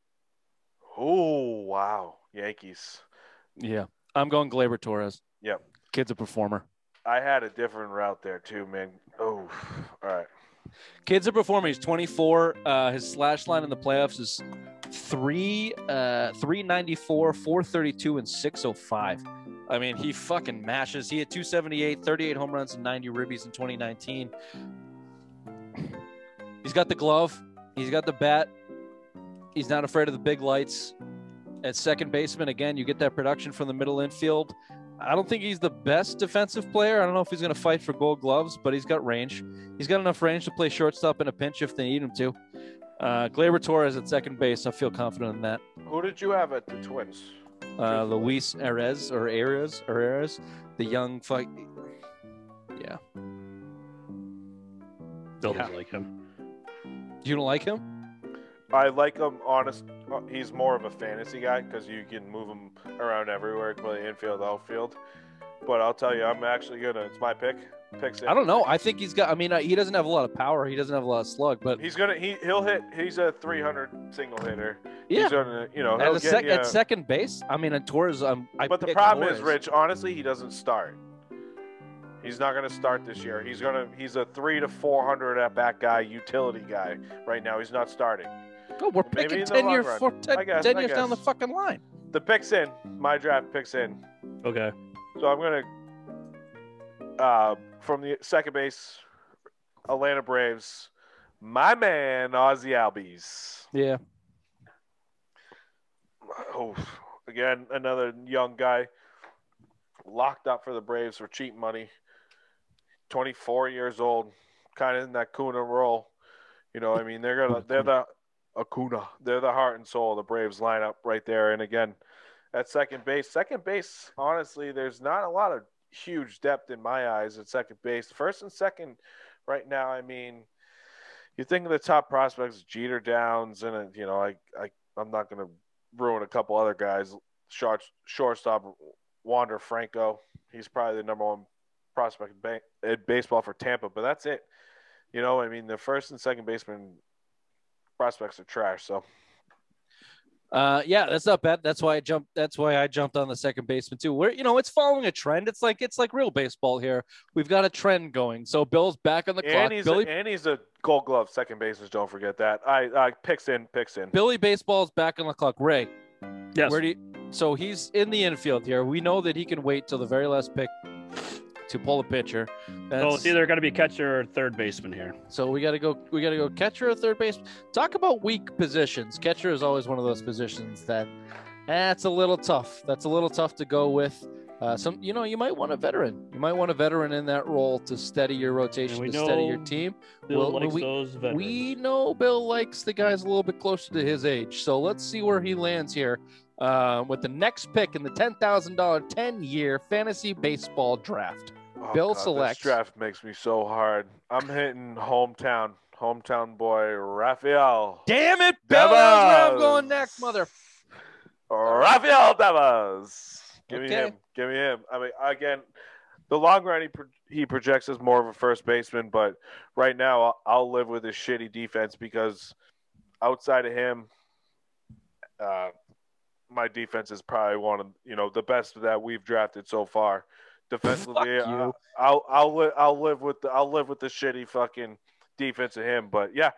Oh wow, Yankees.
Yeah, I'm going Glaber Torres.
Yep.
Kid's a performer.
I had a different route there too, man. Oh, all right.
Kid's a performer. He's 24. Uh, his slash line in the playoffs is three, uh, 394, 432, and 605. I mean, he fucking mashes. He had 278, 38 home runs, and 90 ribbies in 2019. He's got the glove. He's got the bat. He's not afraid of the big lights. At second baseman, again, you get that production from the middle infield. I don't think he's the best defensive player. I don't know if he's going to fight for gold gloves, but he's got range. He's got enough range to play shortstop in a pinch if they need him to. Uh, Glaber Torres at second base. I feel confident in that.
Who did you have at the Twins?
Uh,
Truthfully.
Luis Erez or Ares Ares, the young fuck. Yeah,
Bill
Yeah.
doesn't like him.
you don't like him?
I like him. Honest, uh, he's more of a fantasy guy because you can move him around everywhere, play infield, outfield. But I'll tell you, I'm actually gonna. It's my pick. Picks.
I don't know. I think he's got. I mean, uh, he doesn't have a lot of power. He doesn't have a lot of slug, but
He's gonna. He he'll hit. He's a 300 single hitter.
yeah.
He's gonna. You know.
At,
He'll
the
get,
sec-
you
at second base, I mean, and Torres. Um, I
But the
picked
problem is,
Torres.
Rich. Honestly, he doesn't start. He's not going to start this year. He's going to. He's a three to four hundred at bat guy, utility guy. Right now, he's not starting.
Oh, we're
maybe
picking
in the
ten
long
years,
run.
for, ten,
I guess,
10
I
years down the
guess.
fucking line.
The picks in. My draft picks in.
Okay.
So I'm going to. Uh, from the second base, Atlanta Braves, my man Ozzy Albies.
Yeah,
Oh, again another young guy locked up for the Braves for cheap money. 24 years old, kind of in that Kuna role. You know, I mean, they're gonna they're the Acuna. They're the heart and soul of the Braves lineup right there. And again, at second base, second base, honestly, there's not a lot of huge depth in my eyes at second base. First and second, right now, I mean, you think of the top prospects, Jeter Downs, and uh, you know, I, I I'm not gonna ruin a couple other guys. Short, shortstop Wander Franco. He's probably the number one prospect in ba- in baseball for Tampa, but that's it. You know, I mean, the first and second baseman prospects are trash. So
Uh, yeah, that's not bad. That's why I jumped. That's why I jumped on the second baseman too. Where you know it's following a trend. It's like it's like real baseball here. We've got a trend going. So Bill's back on the clock.
and he's,
Billy
a, and he's a Gold Glove second baseman. Don't forget that. I, I picks in, picks in.
Billy baseball's back on the clock. Ray,
Yes.
where do you, so he's in the infield here. We know that he can wait till the very last pick to pull a pitcher. That's,
so it's either going to be catcher or third baseman here.
So we got to go. We got to go catcher or third base. Talk about weak positions. Catcher is always one of those positions that that's a little tough. That's a little tough to go with. Uh, some, you know, you might want a veteran. You might want a veteran in that role to steady your rotation,
we
to steady your
know
team.
Bill
Well,
likes
we-
those veterans.
We know Bill likes the guys a little bit closer to his age, so let's see where he lands here uh, with the next pick in the ten thousand dollar ten year fantasy baseball draft.
Oh,
Bill
this
selects-
draft makes me so hard. I'm hitting hometown, hometown boy Rafael.
Damn it, Bill! That's where I'm going
Devils.
next, mother.
Rafael Devas. Give me
Okay.
him. Give me him. I mean, again, the long run he pro- he projects as more of a first baseman, but right now I'll, I'll live with his shitty defense because outside of him, uh, my defense is probably one of you know the best that we've drafted so far. Defensively,
Fuck you.
I, I'll I'll li- I'll live with the, I'll live with the shitty fucking defense of him. But yeah,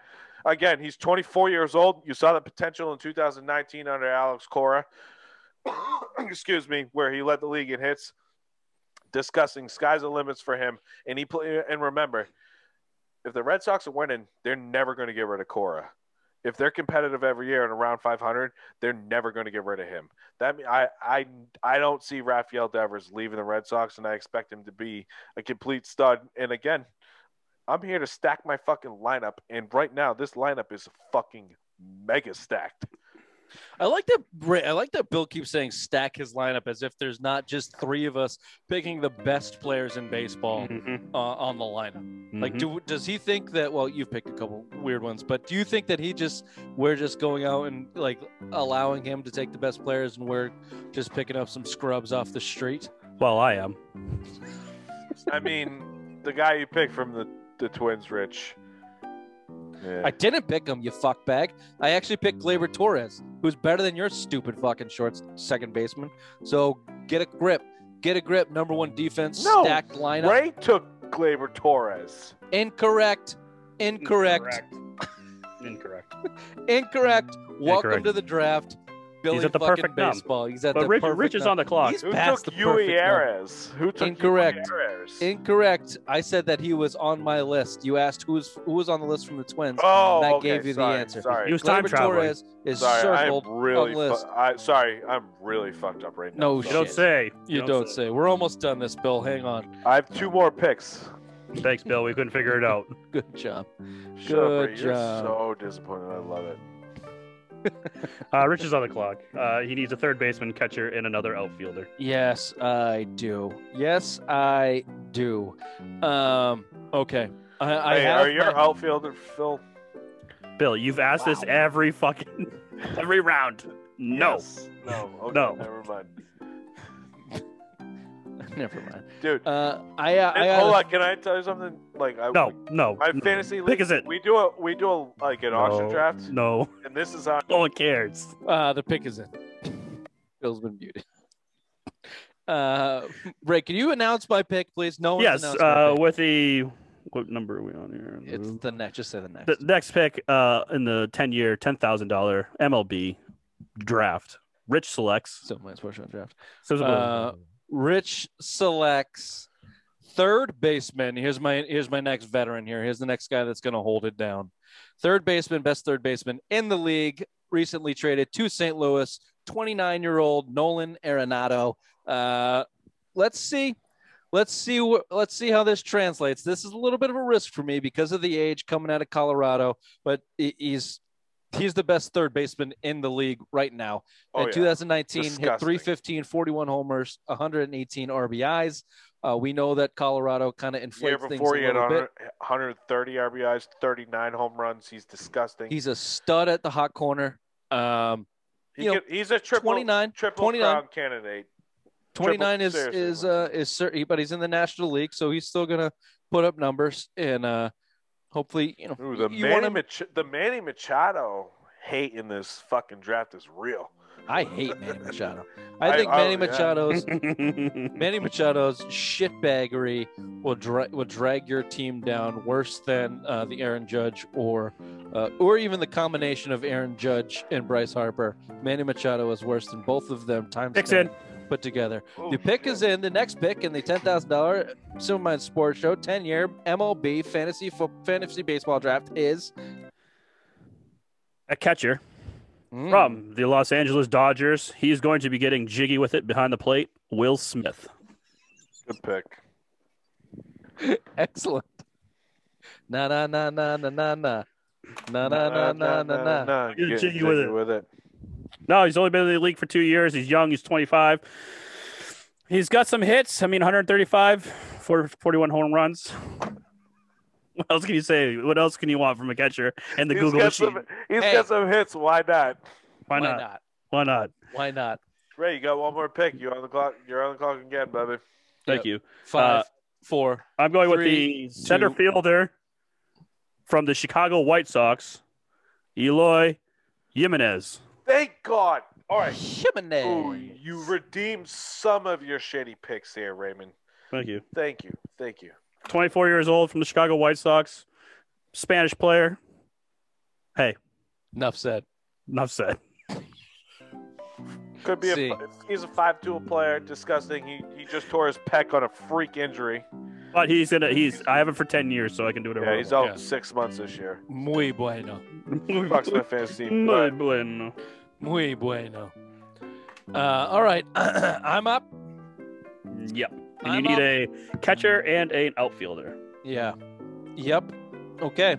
again, he's 24 years old. You saw the potential in 2019 under Alex Cora. Excuse me, where he led the league in hits. Discussing sky's the limits for him, and he play, and remember, if the Red Sox are winning, they're never going to get rid of Cora. if they're competitive every year and around 500, they're never going to get rid of him. That mean- I I I don't see Rafael Devers leaving the Red Sox, and I expect him to be a complete stud. And again, I'm here to stack my fucking lineup, and right now this lineup is fucking mega stacked.
I like that. Ra- I like that Bill keeps saying stack his lineup as if there's not just three of us picking the best players in baseball
Mhm,
uh, on the lineup. Like,
mhm.
do does he think that? Well, you've picked a couple weird ones, but do you think that he just we're just going out and like allowing him to take the best players, and we're just picking up some scrubs off the street?
well, I am.
I mean, the guy you picked from the the Twins, Rich. Yeah.
I didn't pick him, you fuckbag. I actually picked Glaber Torres, who's better than your stupid fucking shorts second baseman. So get a grip. Get a grip. Number one defense,
No,
stacked lineup.
Ray took Glaber Torres.
Incorrect. Incorrect.
Incorrect. Incorrect.
Incorrect. Welcome
Incorrect.
to the draft. Billy
at the
fucking
perfect numb.
baseball. He's at
But
the
Rich,
perfect
Rich is
numb.
on the clock.
He's
Who
past
took
the perfect
Yui
number.
Ayres? Who took
Incorrect.
Yui Ayres?
Incorrect. I said that he was on my list. You asked who's who was on the list from the Twins.
oh,
and I
okay,
gave you the
sorry,
answer.
Sorry,
He was time
Gleyber
traveling.
Torres is
sorry.
circled.
I'm really.
on list.
Fu- I, sorry, I'm really fucked up right now.
No
You
So-
don't
shit.
say.
You don't, say. We're almost done this, Bill. Hang on.
I have two more picks.
Thanks, Bill. We couldn't figure it out.
Good job.
Shut up, Ray.
Good
You're
job.
so disappointed. I love it.
Uh, Rich is on the clock. Uh, he needs a third baseman, catcher, and another outfielder.
Yes, I do. Yes, I do. Um, okay. I, I
hey,
have
are your
my-
outfielder Phil?
Bill, you've asked this
Wow.
every fucking every round. No.
Yes. No. Okay,
No.
Never mind,
Never mind.
dude.
Uh, I, uh, I
hold
gotta-
on. Can I tell you something? Like, I,
No. No.
my
no,
fantasy league.
Pick is it.
We do a we do a like an auction
No.
draft,
No.
and this is on.
No one cares.
Uh, the pick is in. Bill's been muted. Uh, Ray, can you announce my pick, please? No one's
yes.
announced my
Uh,
pick.
with the what number are we on here?
It's the next. Just say the next.
the next pick uh, in the 10 year, $10,000 MLB draft. Rich selects.
so my sports draft.
So it's a-
Uh, Rich selects third baseman. Here's my here's my next veteran here. Here's the next guy that's going to hold it down. Third baseman, best third baseman in the league, recently traded to St. Louis, 29 year old Nolan Arenado. Uh, let's see. Let's see what let's see how this translates. This is a little bit of a risk for me because of the age coming out of Colorado, but he- he's he's the best third baseman in the league right now
Oh,
in
yeah.
2019 hit
Disgusting.
315 41 homers 118 rbis uh, we know that colorado kind of
year
inflates things a
before he had
little
100,
bit
130 RBIs, 39 home runs. He's disgusting.
he's a stud at the hot corner um,
He
you know,
could- he's a triple
29
triple
29.
crown candidate.
29 is
seriously,
is
man.
uh, is certain, but he's in the national league so he's still gonna put up numbers and uh, hopefully you know
Ooh, the
you
Manny
wanna-
Mach- the Manny Machado hate in this fucking draft is real.
i hate manny machado
I-
i think
I-
manny
yeah.
machado's
Uh,
Manny Machado's shitbaggery will dra- will drag your team down worse than uh, the Aaron Judge or uh, or even the combination of Aaron Judge and Bryce Harper. Manny Machado is worse than both of them times
Picks
10
in.
put together.
Oh,
the pick
shit.
is in. The next pick in the ten thousand dollar Silvermine Sports Show ten year MLB fantasy fo- fantasy baseball draft is
a catcher. Hmm.
Mm,
from the Los Angeles Dodgers. He's going to be getting jiggy with it behind the plate. Will Smith.
Good pick.
Hmm, excellent. Na na na na na na na na na na na na na.
Get
Get jiggy with it.
With it.
No, he's only been in the league for two years. He's young. He's 25. He's got some hits. I mean, 135, 40, 41 home runs. What else can you say? What else can you want from a catcher and the
He's
Google
got
machine?
some, he's
Hey.
got some hits. Why not?
Why, not? Why not?
Why not?
Ray, you got one more pick. You're on the clock. You're on the clock again, baby.
Thank you.
Five, Uh, four.
I'm going
Three,
with the center
two.
fielder from the Chicago White Sox, Eloy Jimenez.
Thank God. All right.
Jimenez.
Ooh, you redeemed some of your shitty picks here, Raymond.
Thank you.
Thank you. Thank you.
24 years old from the Chicago White Sox, Spanish player.
Enough said.
Enough said.
Could be
See.
a he's a five tool player. Disgusting. He he just tore his pec on a freak injury.
But he's gonna he's I have him for ten years, so I can do whatever.
Yeah, he's
I
out
Yeah.
six months this year.
Muy bueno.
want.
Fucks my fantasy. team.
Muy
But
bueno.
Muy bueno. Uh, all right. I'm up.
Yep. And
I'm
you need
up.
a catcher and an outfielder.
Yeah. Yep. Okay.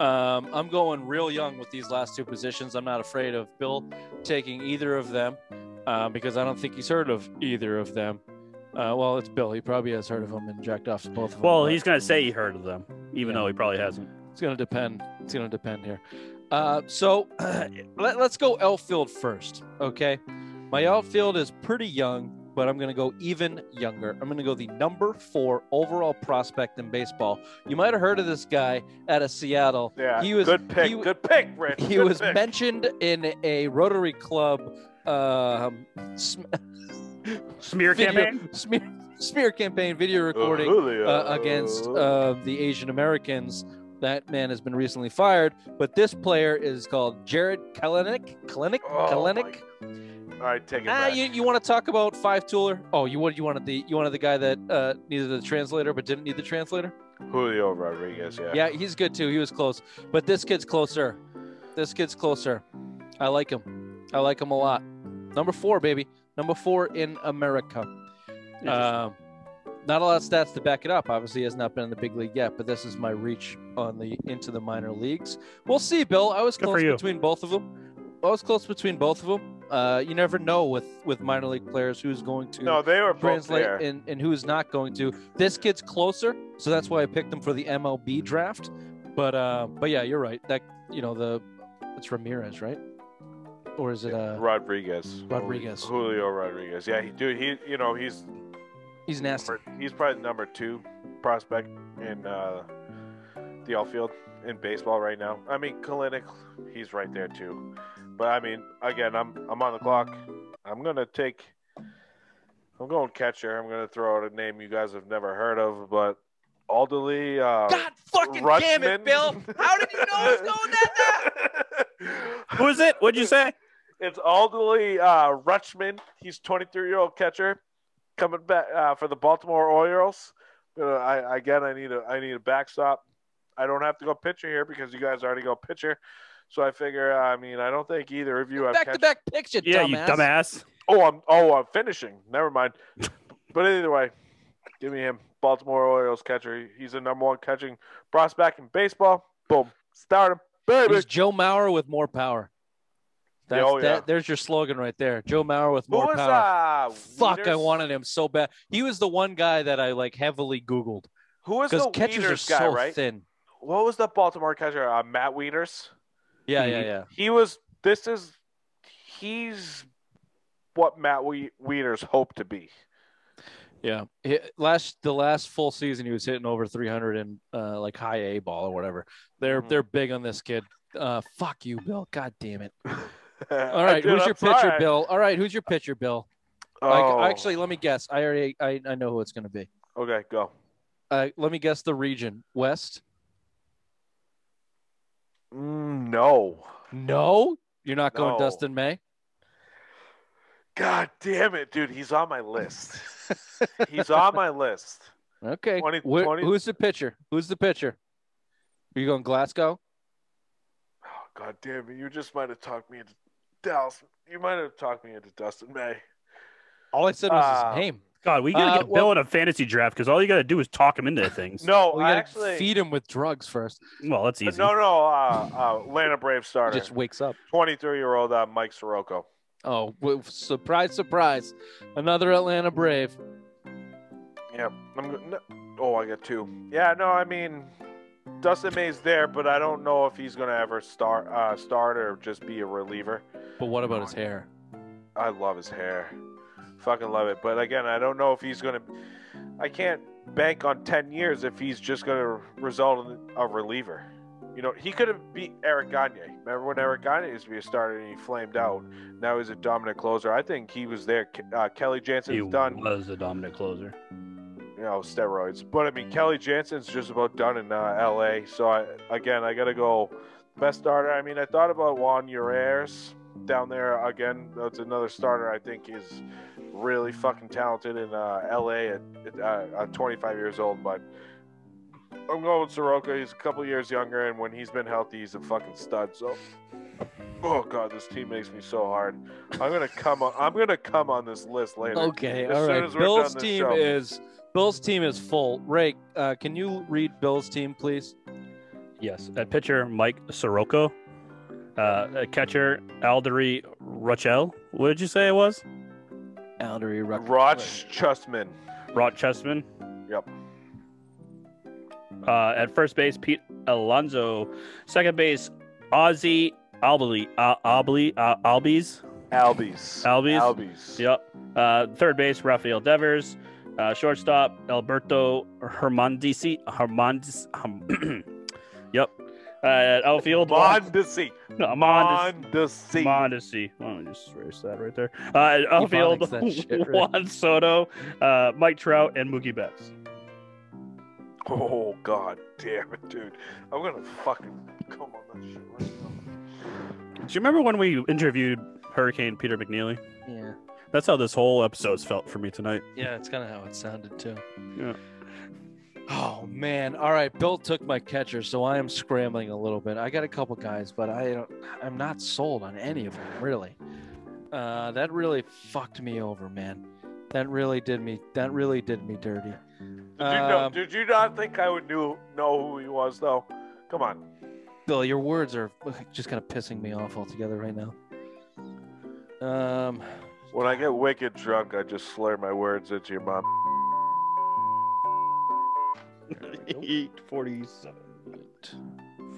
Um, I'm going real young with these last two positions. I'm not afraid of Bill taking either of them uh, because I don't think he's heard of either of them. Uh, well, it's Bill. He probably has heard of them and jacked off to both of them.
Well,
but
he's gonna say he heard of them, even
Yeah.
though he probably hasn't.
it's going to depend. It's going to depend here. Uh, so let, let's go outfield first. Okay. My outfield is pretty young, but I'm going to go even younger. I'm going to go the number four overall prospect in baseball. You might have heard of this guy out of Seattle.
yeah,
He was-
good pick.
he-
good pick, Rich.
He
good
was
pick.
mentioned in a Rotary Club um, sm-
Smear
video-
campaign.
smear, smear campaign video
Uh,
recording
Julio.
uh, against
Oh.
uh, the Asian Americans. That man has been recently fired, but this player is called Jared Kalenic. Kalenic.
Oh, my
Kalenic.
All right, take it
Ah,
back.
you, you want to talk about five tooler? Oh, you wanted you wanted the you wanted the guy that uh, needed the translator but didn't need the translator.
Julio Rodriguez. Yeah.
Yeah, he's good too. He was close, but this kid's closer. This kid's closer. I like him. I like him a lot. Number four, baby. Number four in America. Um, not a lot of stats to back it up. Obviously, he has not been in the big league yet, but this is my reach on the into the minor leagues. We'll see, Bill. I was
Good for
close
you.
between both of them. I was close between both of them. Uh, you never know with with minor league players who's going to
No, they were both there.
translate and, and who is not going to. This kid's closer, so that's why I picked him for the MLB draft. But uh, but yeah, you're right. That you know the it's Ramirez, right? Or is it uh
Rodriguez.
Rodriguez.
Julio Rodriguez. Yeah, he, dude, he you know he's
he's nasty.
he's probably number two prospect in uh, the outfield in baseball right now. I mean, Kalinick, he's right there too. But I mean, again, I'm I'm on the clock. I'm gonna take. I'm going catcher. I'm gonna throw out a name you guys have never heard of, but Alderley. Uh,
God fucking damn it,
Rutschman.
Bill! How did you know I was going that?
Who is it? What'd you say?
It's Alderley uh, Rutschman. He's 23 year old catcher coming back uh, for the Baltimore Orioles. Uh, I again, I need a I need a backstop. I don't have to go pitcher here because you guys already go pitcher. So I figure, I mean, I don't think either of you have
Back to
catch-
back picture,
yeah,
dumbass.
you dumbass.
Oh, I'm oh I'm finishing. Never mind. but either way, give me him. Baltimore Orioles catcher. He's the number one catching prospect in baseball. Boom, start him, baby.
He's Joe Mauer with more power. That's,
Yeah, oh, yeah.
that, there's your slogan right there. Joe Mauer with
Who
more
was
power.
uh,
Fuck, I
Wieners?
wanted him so bad. He was the one guy that I like heavily Googled
Who was
because
the
catchers
Wieners
are so
guy, right?
thin.
what was the Baltimore catcher? Uh, Matt Wieters.
Yeah,
Mhm.
yeah, yeah.
He was. This is. He's what Matt we- Wieters hoped to be.
Yeah. He- last the last full season he was hitting over 300 and uh, like high A ball or whatever. They're
Mhm.
they're big on this kid. Uh, fuck you, Bill. God damn it. All
All
right, who's your pitcher, Bill? All right, who's your pitcher, Bill?
Oh,
Like, actually, let me guess. I already I, I know who it's going to be.
Okay, go.
Uh, let me guess the region. West?
Mm, no.
No, you're not going
No.
Dustin May.
God damn it, dude. He's on my list. he's on my list.
Okay.
20
Wh-
20
Who's the pitcher? Who's the pitcher? Are you going Glasgow?
Oh, God damn it. You just might have talked me into Dallas. You might have talked me into Dustin May.
All I said was
Uh,
his name.
God, we gotta
Uh,
get
well-
Bill in a fantasy draft because all you gotta do is talk him into things.
No,
We
I
gotta
actually.
feed him with drugs first.
Well, that's easy.
No, no. Uh, uh, Atlanta Brave
He
starter.
just wakes up.
23 year old uh, Mike Sirocco.
Oh, w- surprise, surprise! Another Atlanta Brave.
Yeah. I'm, go- no, oh, I got two. Yeah, no, I mean, Dustin May's there, but I don't know if he's going to ever start, uh, start or just be a reliever.
But what about his hair?
I love his hair. Fucking love it. But again, I don't know if he's going to. I can't bank on 10 years if he's just going to result in a reliever. You know, he could have beat Eric Gagne. Remember when Eric Gagne used to be a starter and he flamed out? Now he's a dominant closer. I think he was there. Ke- Uh, Kelly
he
Jansen's done.
was a dominant closer.
you know steroids. But I mean, Kelly Jansen's just about done in uh, L.A. So I, again, I gotta go best starter. I mean, I thought about Juan Urias down there again. That's another starter I think is really fucking talented in uh, LA at, at, uh, at 25 years old, but I'm going with Soroka. He's a couple years younger, and when he's been healthy, he's a fucking stud. So, oh god, this team makes me so hard. I'm gonna come on. I'm gonna come on this list later.
Okay,
As
all
soon
right.
as we're
Bill's
done this
team
show.
is Bill's team is full. Ray, uh, can you read Bill's team, please?
Yes, at pitcher Mike Sirocco, uh, at catcher Aldery Rochelle. What did you say it was?
Aldery
Roch Chustman.
Rochestman.
Yep.
Uh, at first base Pete Alonso, second base Ozzy Albly, uh, Albly, uh, Albies.
Albies.
Albies?
Albies.
Yep. Uh, third base, Rafael Devers. Uh, shortstop, Alberto Hermandisi. Hermandis. Herm- yep. Uh, at outfield,
Mondesi.
no, Mondesi.
Mondesi.
Mondesi. Let me just erase that right there. Uh, at outfield,
phonics that shit, right?
Juan Soto, uh, Mike Trout, and Mookie Betts.
Oh god damn it, dude. I'm gonna fucking come on that shit right now.
Do you remember when we interviewed Hurricane Peter McNeely?
Yeah.
That's how this whole episode's felt for me tonight.
Yeah, it's kind of how it sounded too.
Yeah.
Oh man! All right, Bill took my catcher, so I am scrambling a little bit. I got a couple guys, but I don't. I'm not sold on any of them really. Uh, that really fucked me over, man. That really did me. That really did me dirty.
Did you, know,
Um,
did you not think I would knew, know who he was though? Come on.
Bill, your words are just kind of pissing me off altogether right now. Um,
When I get wicked drunk, I just slur my words into your mom.
847.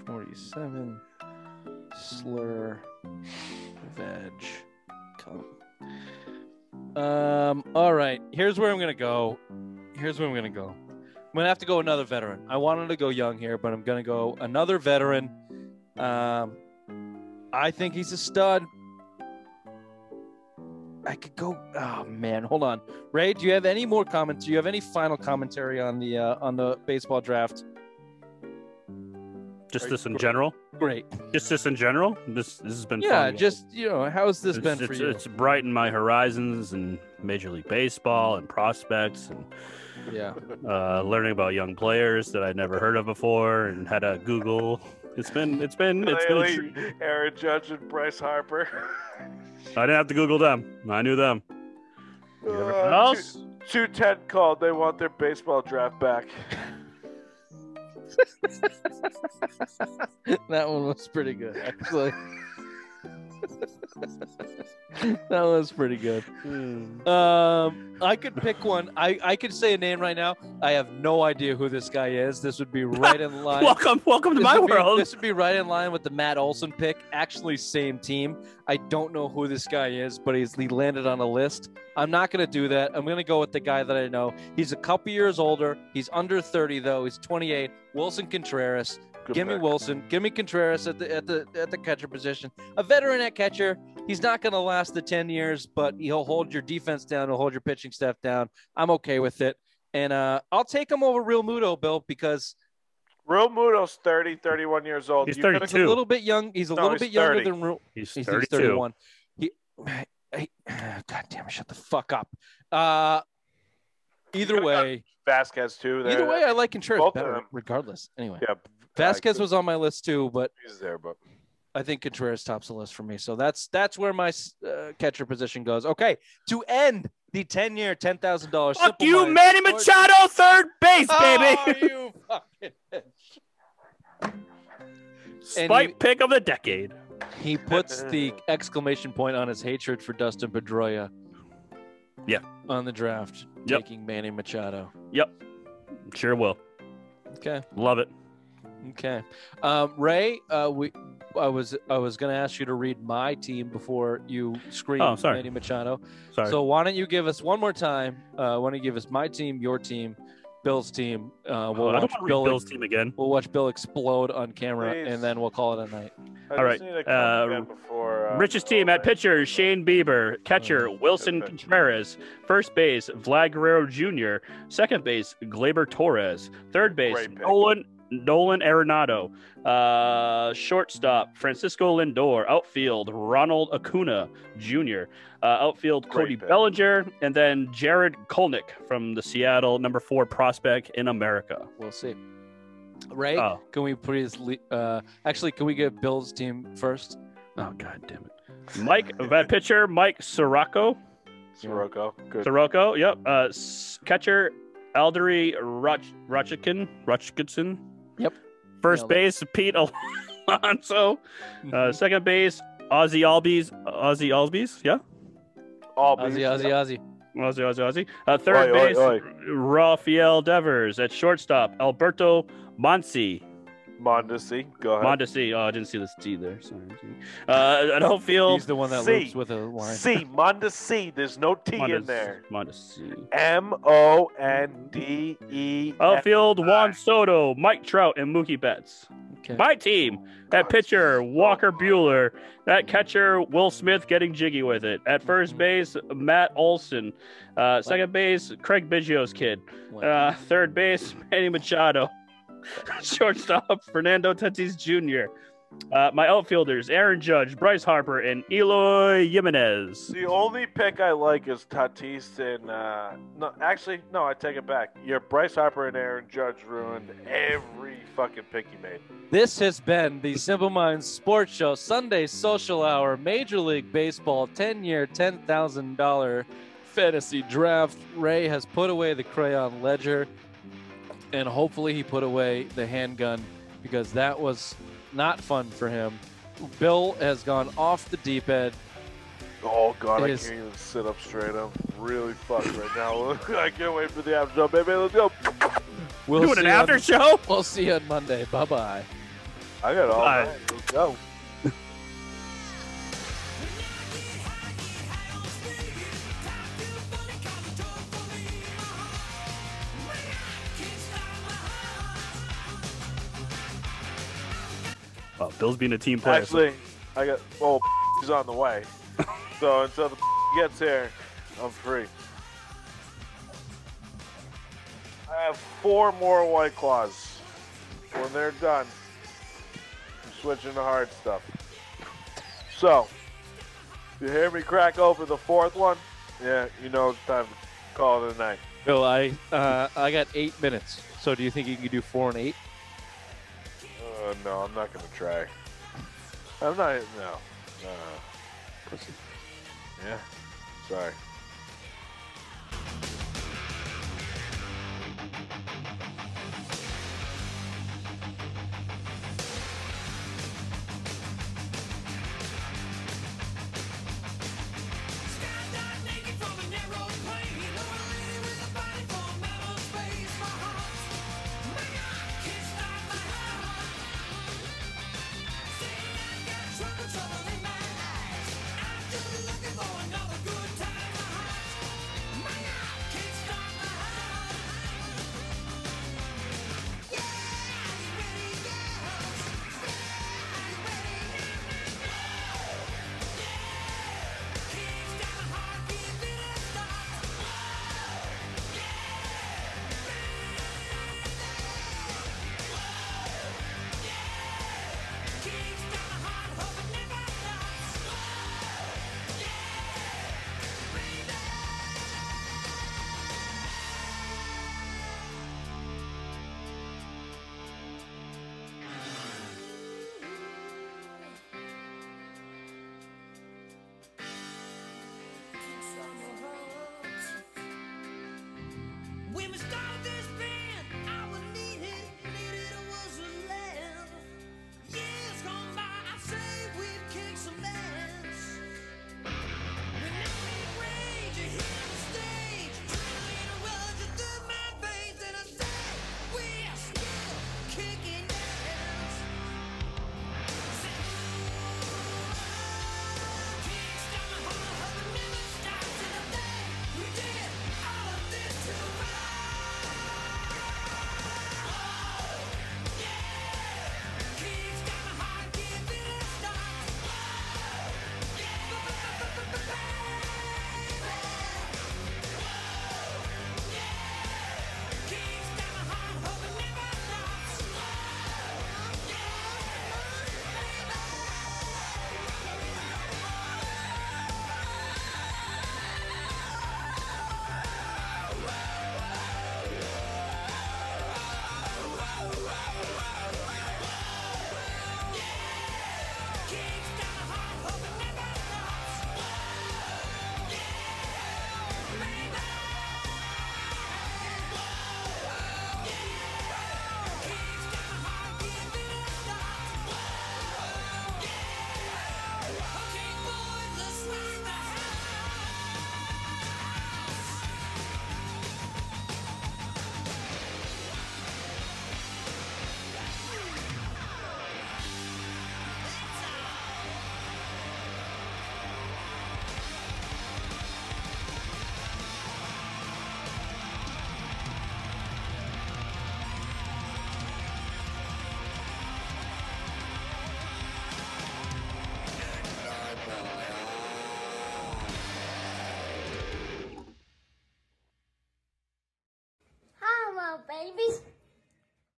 47 slur veg cum. Um, all right, here's where I'm gonna go. Here's where I'm gonna go. I'm gonna have to go another veteran. I wanted to go young here, but I'm gonna go another veteran. Um, I think he's a stud. I could go. Oh man, hold on. Ray, do you have any more comments? Do you have any final commentary on the uh, on the baseball draft?
Just this in general?
Great.
Just this in general? This, this has been
Yeah,
fun.
just you know, how's this been
it's,
for
it's,
you?
It's brightened my horizons and Major League Baseball and prospects and
yeah,
uh, learning about young players that I'd never heard of before and how to Google. It's been it's been it's been. A
Really?
treat.
Aaron Judge and Bryce Harper.
I didn't have to Google them. I knew them. You ever-
Uh, two- 210 called. They want their baseball draft back.
that one was pretty good actually. that was pretty good. Um, I could pick one. I I could say a name right now. I have no idea who this guy is. This would be right in line.
welcome, welcome to
This
my
would be-
world.
this would be right in line with the Matt Olson pick. Actually, same team. I don't know who this guy is, but he's he landed on a list. I'm not going to do that. I'm going to go with the guy that I know. He's a couple years older. He's under 30 though. He's 28. Wilson Contreras.
Good
give me
pick.
Wilson. Give me Contreras at the at the at the catcher position. A veteran at catcher. He's not going to last the 10 years, but he'll hold your defense down. He'll hold your pitching staff down. I'm okay with it. And uh, I'll take him over Real Muto, Bill, because
Real Muto's 30, 31 years old.
He's
You could've-
32.
He's a little bit young. He's a
No,
little
he's
bit younger
30.
than Ru-
He's,
he's, he's
32.
31. He, I, I- God damn it! Shut the fuck up. Uh, either
could've
way,
Vasquez, too. There.
either way, I like Contreras
Both of
better,
them.
regardless. Anyway,
Yeah.
Vasquez
I-
was on my list too, but
He's there, but.
I think Contreras tops the list for me. So that's that's where my uh, catcher position goes. Okay, to end the ten-year, ten thousand dollars.
Fuck you, Manny Machado, third base,
Oh,
baby.
you fucking bitch.
Spike
you-
pick of the decade.
He puts the exclamation point on his hatred for Dustin Pedroia.
Yeah.
On the draft,
Yep.
taking Manny Machado.
Sure will.
Okay.
Love it.
Okay. Um, Ray, uh, we, I was I was going to ask you to read my team before you scream
Oh, sorry.
Manny Machado.
Sorry.
So why don't you give us one more time? Uh, why don't you give us my team, your team, Bill's team? Uh, we'll
Oh, I
watch
don't want to read
Bill.
Bill's team again.
We'll watch Bill explode on camera,
Please.
and then we'll call it a night.
I
All right,
just need to
uh,
come again before, uh,
Rich's team at pitcher Shane Bieber, catcher Wilson
good pick.
Contreras, first base Vlad Guerrero Jr., second base Glaber Torres, third base
Great pick.
Nolan Nolan Arenado, uh, shortstop Francisco Lindor, outfield Ronald Acuna Jr., uh, outfield
Great
Cody
pick.
Bellinger, and then Jared Kolnick from the Seattle number four prospect in America.
We'll see. Ray,
Oh,
can we please? le- Uh, actually, can we get Bill's team first?
oh god damn it. Mike, that pitcher, Mike Sirocco.
Sirocco. Good. Mm.
Sirocco, yep. Uh, s- catcher, Aldery Roch- Rochikin, Rochkinson.
Yep.
First
Nailed it.
base, Pete Alonso. Uh, second base, Ozzy Albies. Ozzy Albies, yeah.
All
Ozzy,
bees.
Ozzy, Ozzy.
Ozzy, Ozzy, Ozzy. Uh, third
Oi, oi,
base,
oi.
Rafael Devers. At shortstop, Alberto Monsi.
Mondesi. Go ahead.
Mondesi. Oh, I didn't see this T there. Sorry. Uh, at outfield,
He's the one that
C.
loops with a line.
C. Mondesi. There's no T in there.
Mondes- Mondesi.
M O N D E.
Outfield, Juan Soto, Mike Trout, and Mookie Betts.
Okay.
My team. That pitcher, Walker Bueller. That catcher, Will Smith getting jiggy with it. At first
Mhm.
base, Matt Olson. Uh, second base, Craig Biggio's kid. Uh, third base, Manny Machado. Shortstop, Fernando Tatis Jr. Uh, my outfielders, Aaron Judge, Bryce Harper, and Eloy Jimenez.
The only pick I like is Tatis and uh, no, actually, no, I take it back. Your Bryce Harper and Aaron Judge ruined every fucking pick you made.
This has been the Simple Minds Sports Show Sunday Social Hour Major League Baseball 10 year, $10,000 fantasy draft. Ray has put away the crayon ledger and hopefully he put away the handgun because that was not fun for him. Bill has gone off the deep end.
Oh god,
It is-
I can't even sit up straight. I'm really fucked right now. I can't wait for the after show, baby. Let's go.
We'll
Doing
see
an
you on-
after show?
We'll see you on Monday. Bye bye.
I got all
Bye.
night. Let's go.
Oh, Bill's being a team player.
Actually, I got. Oh, he's on the way. so until the gets here, I'm free. I have four more White Claws. When they're done, I'm switching to hard stuff. So, you hear me crack open the fourth one? Yeah, you know it's time to call it a night.
Bill, I, uh, I got eight minutes. So do you think you can do four and eight?
Uh, no, I'm not gonna try. I'm not. No. No.
Pussy.
Yeah. Sorry.